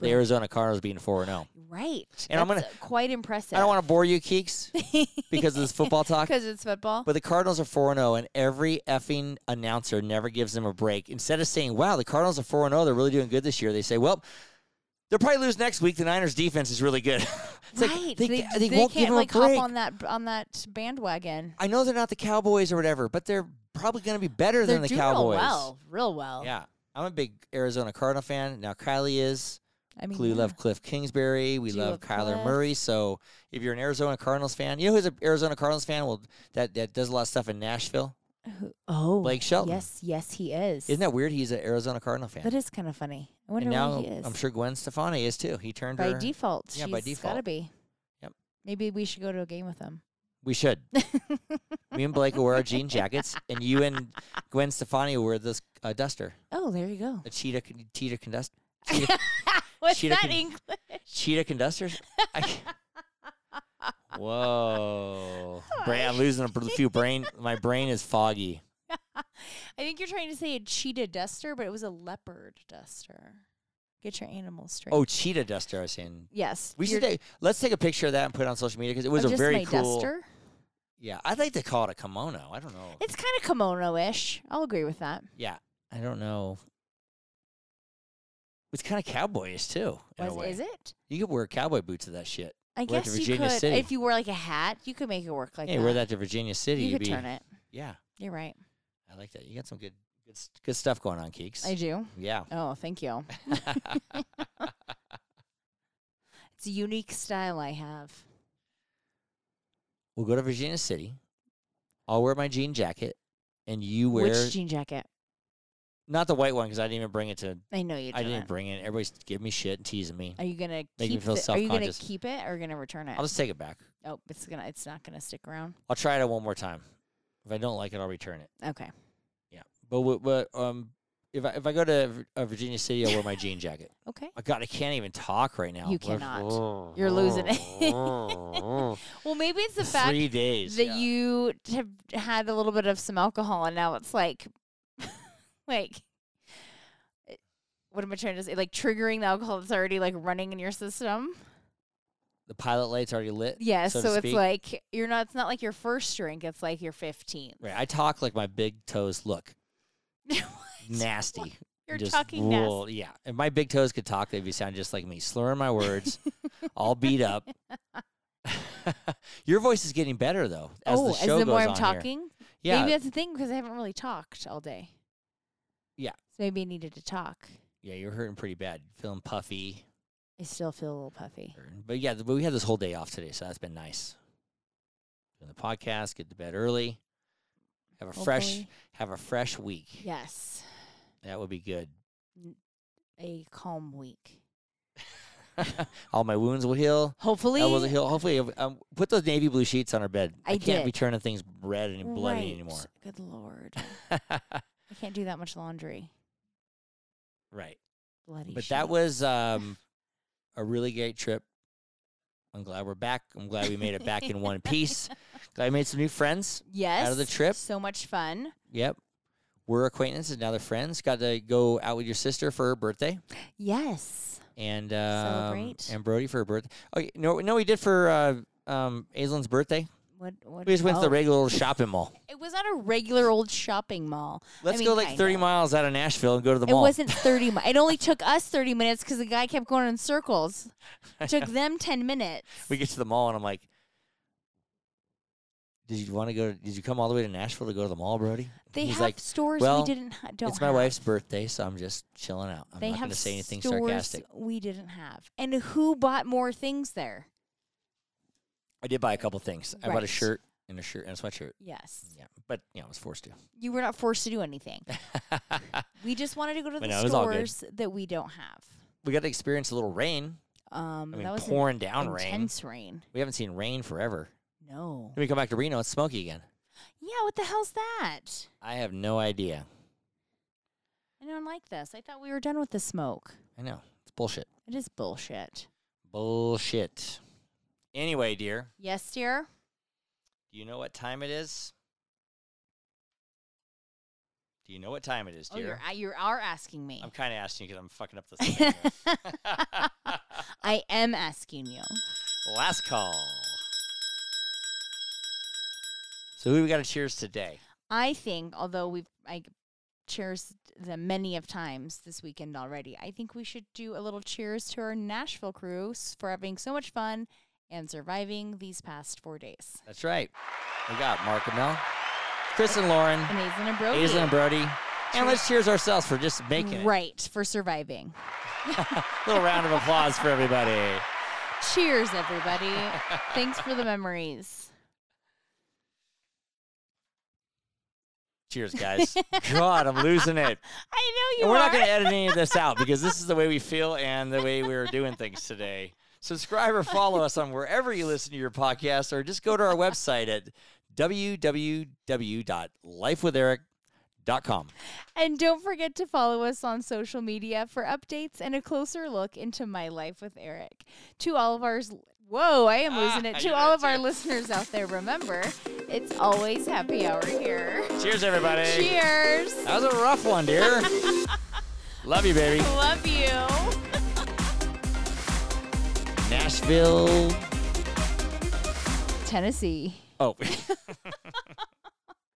Speaker 1: The Arizona Cardinals being four and
Speaker 2: *sighs*
Speaker 1: zero.
Speaker 2: Right.
Speaker 1: And I'm
Speaker 2: That's uh, quite impressive.
Speaker 1: I don't want to bore you, Keeks,
Speaker 2: *laughs*
Speaker 1: because of this football talk.
Speaker 2: because it's football.
Speaker 1: But the Cardinals are 4 0, and every effing announcer never gives them a break. Instead of saying, wow, the Cardinals are 4 0, they're really doing good this year, they say, well, they'll probably lose next week. The Niners' defense is really good. *laughs* it's
Speaker 2: right.
Speaker 1: like, they,
Speaker 2: they, they,
Speaker 1: ca- they won't
Speaker 2: can't
Speaker 1: give them
Speaker 2: like
Speaker 1: a break.
Speaker 2: hop on that on that bandwagon.
Speaker 1: I know they're not the Cowboys or whatever, but they're probably going to be better
Speaker 2: They're
Speaker 1: than the
Speaker 2: doing
Speaker 1: Cowboys.
Speaker 2: real well, real well.
Speaker 1: Yeah. I'm a big Arizona Cardinal fan. Now, Kylie is.
Speaker 2: I mean,
Speaker 1: We
Speaker 2: yeah.
Speaker 1: love Cliff Kingsbury. We
Speaker 2: Do
Speaker 1: love
Speaker 2: love
Speaker 1: Kyler
Speaker 2: Cliff.
Speaker 1: Murray. So if you're an Arizona Cardinals fan, you know who's an Arizona Cardinals fan? Well, that, that does a lot of stuff in Nashville.
Speaker 2: Who- oh,
Speaker 1: Blake Shelton.
Speaker 2: Yes, yes, he is.
Speaker 1: Isn't that weird? He's an Arizona Cardinal fan.
Speaker 2: that is kind of funny? I wonder
Speaker 1: and now
Speaker 2: where he is.
Speaker 1: I'm sure Gwen Stefani is too. He turned
Speaker 2: by
Speaker 1: her.
Speaker 2: default,
Speaker 1: Yeah, by
Speaker 2: she's gotta
Speaker 1: default.
Speaker 2: be.
Speaker 1: Yep.
Speaker 2: Maybe we should go to a game with him.
Speaker 1: We
Speaker 2: *laughs*
Speaker 1: should. Me and Blake will wear our jean jackets, and you and Gwen Stefani will wear this uh, duster,
Speaker 2: Oh, there you go.
Speaker 1: a cheetah con- cheetah
Speaker 2: *laughs*
Speaker 1: conduster. Cheetah,
Speaker 2: What's
Speaker 1: Cheetah
Speaker 2: that
Speaker 1: can-
Speaker 2: English?
Speaker 1: cheetah conductor. I
Speaker 2: *laughs*
Speaker 1: can't- Whoa, brain, I'm losing a br- few brain. My brain is foggy.
Speaker 2: I think you're trying to say a cheetah duster, but it was a leopard duster. Get your animals straight.
Speaker 1: Oh, cheetah duster. I was saying.
Speaker 2: yes.
Speaker 1: We
Speaker 2: your-
Speaker 1: should take, let's take a picture of that and put it on social media because it was
Speaker 2: of
Speaker 1: a
Speaker 2: just
Speaker 1: very
Speaker 2: my
Speaker 1: cool.
Speaker 2: duster.
Speaker 1: Yeah, I'd like to call it a kimono. I don't know.
Speaker 2: It's kind of kimono-ish. I'll agree with that.
Speaker 1: Yeah, I don't know. It's kind of cowboyish too. in a
Speaker 2: Was
Speaker 1: way.
Speaker 2: is it?
Speaker 1: You could wear cowboy boots to that shit.
Speaker 2: I
Speaker 1: Wear it to
Speaker 2: guess you
Speaker 1: Virginia
Speaker 2: could.
Speaker 1: City.
Speaker 2: If you wore like a hat, you could make it work like
Speaker 1: hey,
Speaker 2: that.
Speaker 1: wear that to Virginia City.
Speaker 2: You
Speaker 1: you'd
Speaker 2: could
Speaker 1: be-
Speaker 2: turn it.
Speaker 1: Yeah,
Speaker 2: You're right.
Speaker 1: I like that. You got some good, good, s- good stuff going on, Keeks.
Speaker 2: I do. *laughs*
Speaker 1: yeah. *laughs*
Speaker 2: Oh, thank you. It's a unique style I have.
Speaker 1: we'll go to Virginia City. I'll wear my jean jacket, and you wear
Speaker 2: Which jean jacket?
Speaker 1: not the white one because I didn't even bring it to.
Speaker 2: I know you didn't.
Speaker 1: I didn't bring it. Everybody's giving me shit and teasing me.
Speaker 2: Are you gonna
Speaker 1: me
Speaker 2: keep?
Speaker 1: feel
Speaker 2: the- are you gonna
Speaker 1: self-conscious.
Speaker 2: keep it or gonna return it?
Speaker 1: I'll just take it back.
Speaker 2: oh, it's gonna. It's not gonna stick around.
Speaker 1: I'll try it out one more time. If I don't like it, I'll return it.
Speaker 2: Okay.
Speaker 1: Yeah, but w- but um, if I if I go to Vir- uh, Virginia City, I'll wear my jean
Speaker 2: *laughs*
Speaker 1: jacket.
Speaker 2: Okay.
Speaker 1: Oh, God, I can't even talk right now.
Speaker 2: You
Speaker 1: We're-
Speaker 2: cannot. You're losing it. Well, maybe it's *laughs* the fact
Speaker 1: Three days
Speaker 2: that
Speaker 1: yeah.
Speaker 2: you t- have had a little bit of some alcohol and now it's like, *laughs* like, it- what am I trying to say? Like triggering the alcohol that's already like running in your system.
Speaker 1: the pilot light's already lit.
Speaker 2: Yeah.
Speaker 1: so,
Speaker 2: So,
Speaker 1: to
Speaker 2: it's
Speaker 1: speak.
Speaker 2: like you're not. It's not like your first drink. It's like your fifteenth. *laughs*
Speaker 1: right. I talk like my big toes look nasty.
Speaker 2: you're
Speaker 1: just
Speaker 2: talking
Speaker 1: roll- Yeah, if my big toes could talk, they'd be sound just like me, slurring my
Speaker 2: *laughs*
Speaker 1: words, all beat up. *laughs* Your voice is getting better though as
Speaker 2: oh,
Speaker 1: the show
Speaker 2: as the
Speaker 1: goes
Speaker 2: more I'm
Speaker 1: on here.
Speaker 2: talking,
Speaker 1: Yeah,
Speaker 2: maybe that's the thing because I haven't really talked all day.
Speaker 1: Yeah.
Speaker 2: So maybe I needed to talk.
Speaker 1: yeah, you're hurting pretty bad, feeling puffy.
Speaker 2: I still feel a little puffy.
Speaker 1: hurting. But yeah, th- but we had this whole day off today, so that's been nice. Doing the podcast, get to bed early, have a fresh,
Speaker 2: Hopefully.
Speaker 1: have a fresh week.
Speaker 2: Yes.
Speaker 1: That would be good. *laughs*
Speaker 2: A calm week.
Speaker 1: all my wounds will heal.
Speaker 2: Hopefully.
Speaker 1: Elbows will heal. Hopefully, um, put those navy blue sheets on our bed.
Speaker 2: I
Speaker 1: can't be
Speaker 2: did.
Speaker 1: turning things red and bloody
Speaker 2: Right.
Speaker 1: anymore.
Speaker 2: Good lord. I can't do that much laundry.
Speaker 1: *laughs* right.
Speaker 2: Bloody
Speaker 1: But
Speaker 2: shit.
Speaker 1: that was um, a really great trip. I'm glad we're back. I'm glad we made it back in one
Speaker 2: *laughs*
Speaker 1: piece. Glad I made some new friends.
Speaker 2: yes.
Speaker 1: of the trip.
Speaker 2: So much fun.
Speaker 1: Yep. We're acquaintances, now they're friends. Got to go out with your sister for her birthday.
Speaker 2: Yes.
Speaker 1: And um,
Speaker 2: Celebrate.
Speaker 1: and Brody for her birthday. Oh, y- no, no, we did for uh, um, Aislinn's birthday.
Speaker 2: What what
Speaker 1: We just went to the
Speaker 2: oh.
Speaker 1: regular old shopping mall.
Speaker 2: It was at a regular old shopping mall. I
Speaker 1: Let's
Speaker 2: mean,
Speaker 1: go like
Speaker 2: kinda.
Speaker 1: 30 miles out of Nashville and go to the
Speaker 2: It
Speaker 1: mall. *laughs*
Speaker 2: wasn't 30 minutes. It only took us 30 minutes because the guy kept going in circles.
Speaker 1: *laughs*
Speaker 2: It took them 10 minutes.
Speaker 1: we get to the mall and I'm like, did you want to go? Did you come all the way to Nashville to go to the mall, Brody?
Speaker 2: they
Speaker 1: He's
Speaker 2: have
Speaker 1: like,
Speaker 2: stores
Speaker 1: "Well,
Speaker 2: we didn't ha- don't
Speaker 1: it's my
Speaker 2: have.
Speaker 1: wife's birthday, so I'm just chilling out. I'm
Speaker 2: they
Speaker 1: not
Speaker 2: have
Speaker 1: going to say anything
Speaker 2: stores
Speaker 1: sarcastic.
Speaker 2: we didn't have. And who bought more things there?
Speaker 1: I did buy a couple things. I bought a
Speaker 2: Right.
Speaker 1: shirt and a shirt and a sweatshirt.
Speaker 2: Yes.
Speaker 1: Yeah, but yeah, I was forced to. *laughs*
Speaker 2: You were not forced to do anything. we just wanted to go to
Speaker 1: But
Speaker 2: the
Speaker 1: no, it was all good.
Speaker 2: stores that we don't have.
Speaker 1: we got to experience a little rain.
Speaker 2: Um,
Speaker 1: I mean,
Speaker 2: that was an
Speaker 1: pouring down rain.
Speaker 2: intense rain.
Speaker 1: We haven't seen rain forever.
Speaker 2: No.
Speaker 1: Then we come back to Reno. It's smoky again.
Speaker 2: Yeah, what the hell's that?
Speaker 1: I have no idea.
Speaker 2: I don't like this. I thought we were done with the smoke.
Speaker 1: I know it's bullshit.
Speaker 2: It is bullshit.
Speaker 1: Bullshit. Anyway, dear,
Speaker 2: Yes, dear?
Speaker 1: do you know what time it is? Do you know what time it is,
Speaker 2: Oh, you're,
Speaker 1: dear?
Speaker 2: a- you are asking me.
Speaker 1: I'm kind of asking you because I'm fucking *laughs* up this. thing here.
Speaker 2: I am asking you.
Speaker 1: Last call. So who do we got to cheers today?
Speaker 2: I think, although we've I cheers them many of times this weekend already, I think we should do a little cheers to our Nashville crew s- for having so much fun and surviving these past four days.
Speaker 1: That's right. We got Mark and Mel, Chris and Lauren,
Speaker 2: Amazing and
Speaker 1: Hazel and
Speaker 2: broken.
Speaker 1: Brody. And let's cheers ourselves for just making it.
Speaker 2: Right for surviving.
Speaker 1: Little round of applause for everybody.
Speaker 2: Cheers,
Speaker 1: *laughs*
Speaker 2: everybody. Thanks for the memories.
Speaker 1: Cheers, *laughs* guys. God, I'm losing it.
Speaker 2: I
Speaker 1: And
Speaker 2: know you
Speaker 1: we're
Speaker 2: are.
Speaker 1: not going to edit any of this out because this is the way we feel and the way we're doing things today. Subscribe or follow us on wherever you listen to your podcast or just go to our website at www.lifewitheric.com.
Speaker 2: and don't forget to follow us on social media for updates and a closer look into my life with Eric. To all of our whoa, I am losing
Speaker 1: Ah,
Speaker 2: it.
Speaker 1: you
Speaker 2: To all
Speaker 1: did
Speaker 2: of our
Speaker 1: too.
Speaker 2: listeners out
Speaker 1: *laughs*
Speaker 2: there, remember, it's always happy hour here.
Speaker 1: Cheers, everybody.
Speaker 2: Cheers.
Speaker 1: That was a rough one,
Speaker 2: *laughs*
Speaker 1: dear. Love you, baby.
Speaker 2: Love you.
Speaker 1: Nashville. *laughs*
Speaker 2: Tennessee.
Speaker 1: Oh.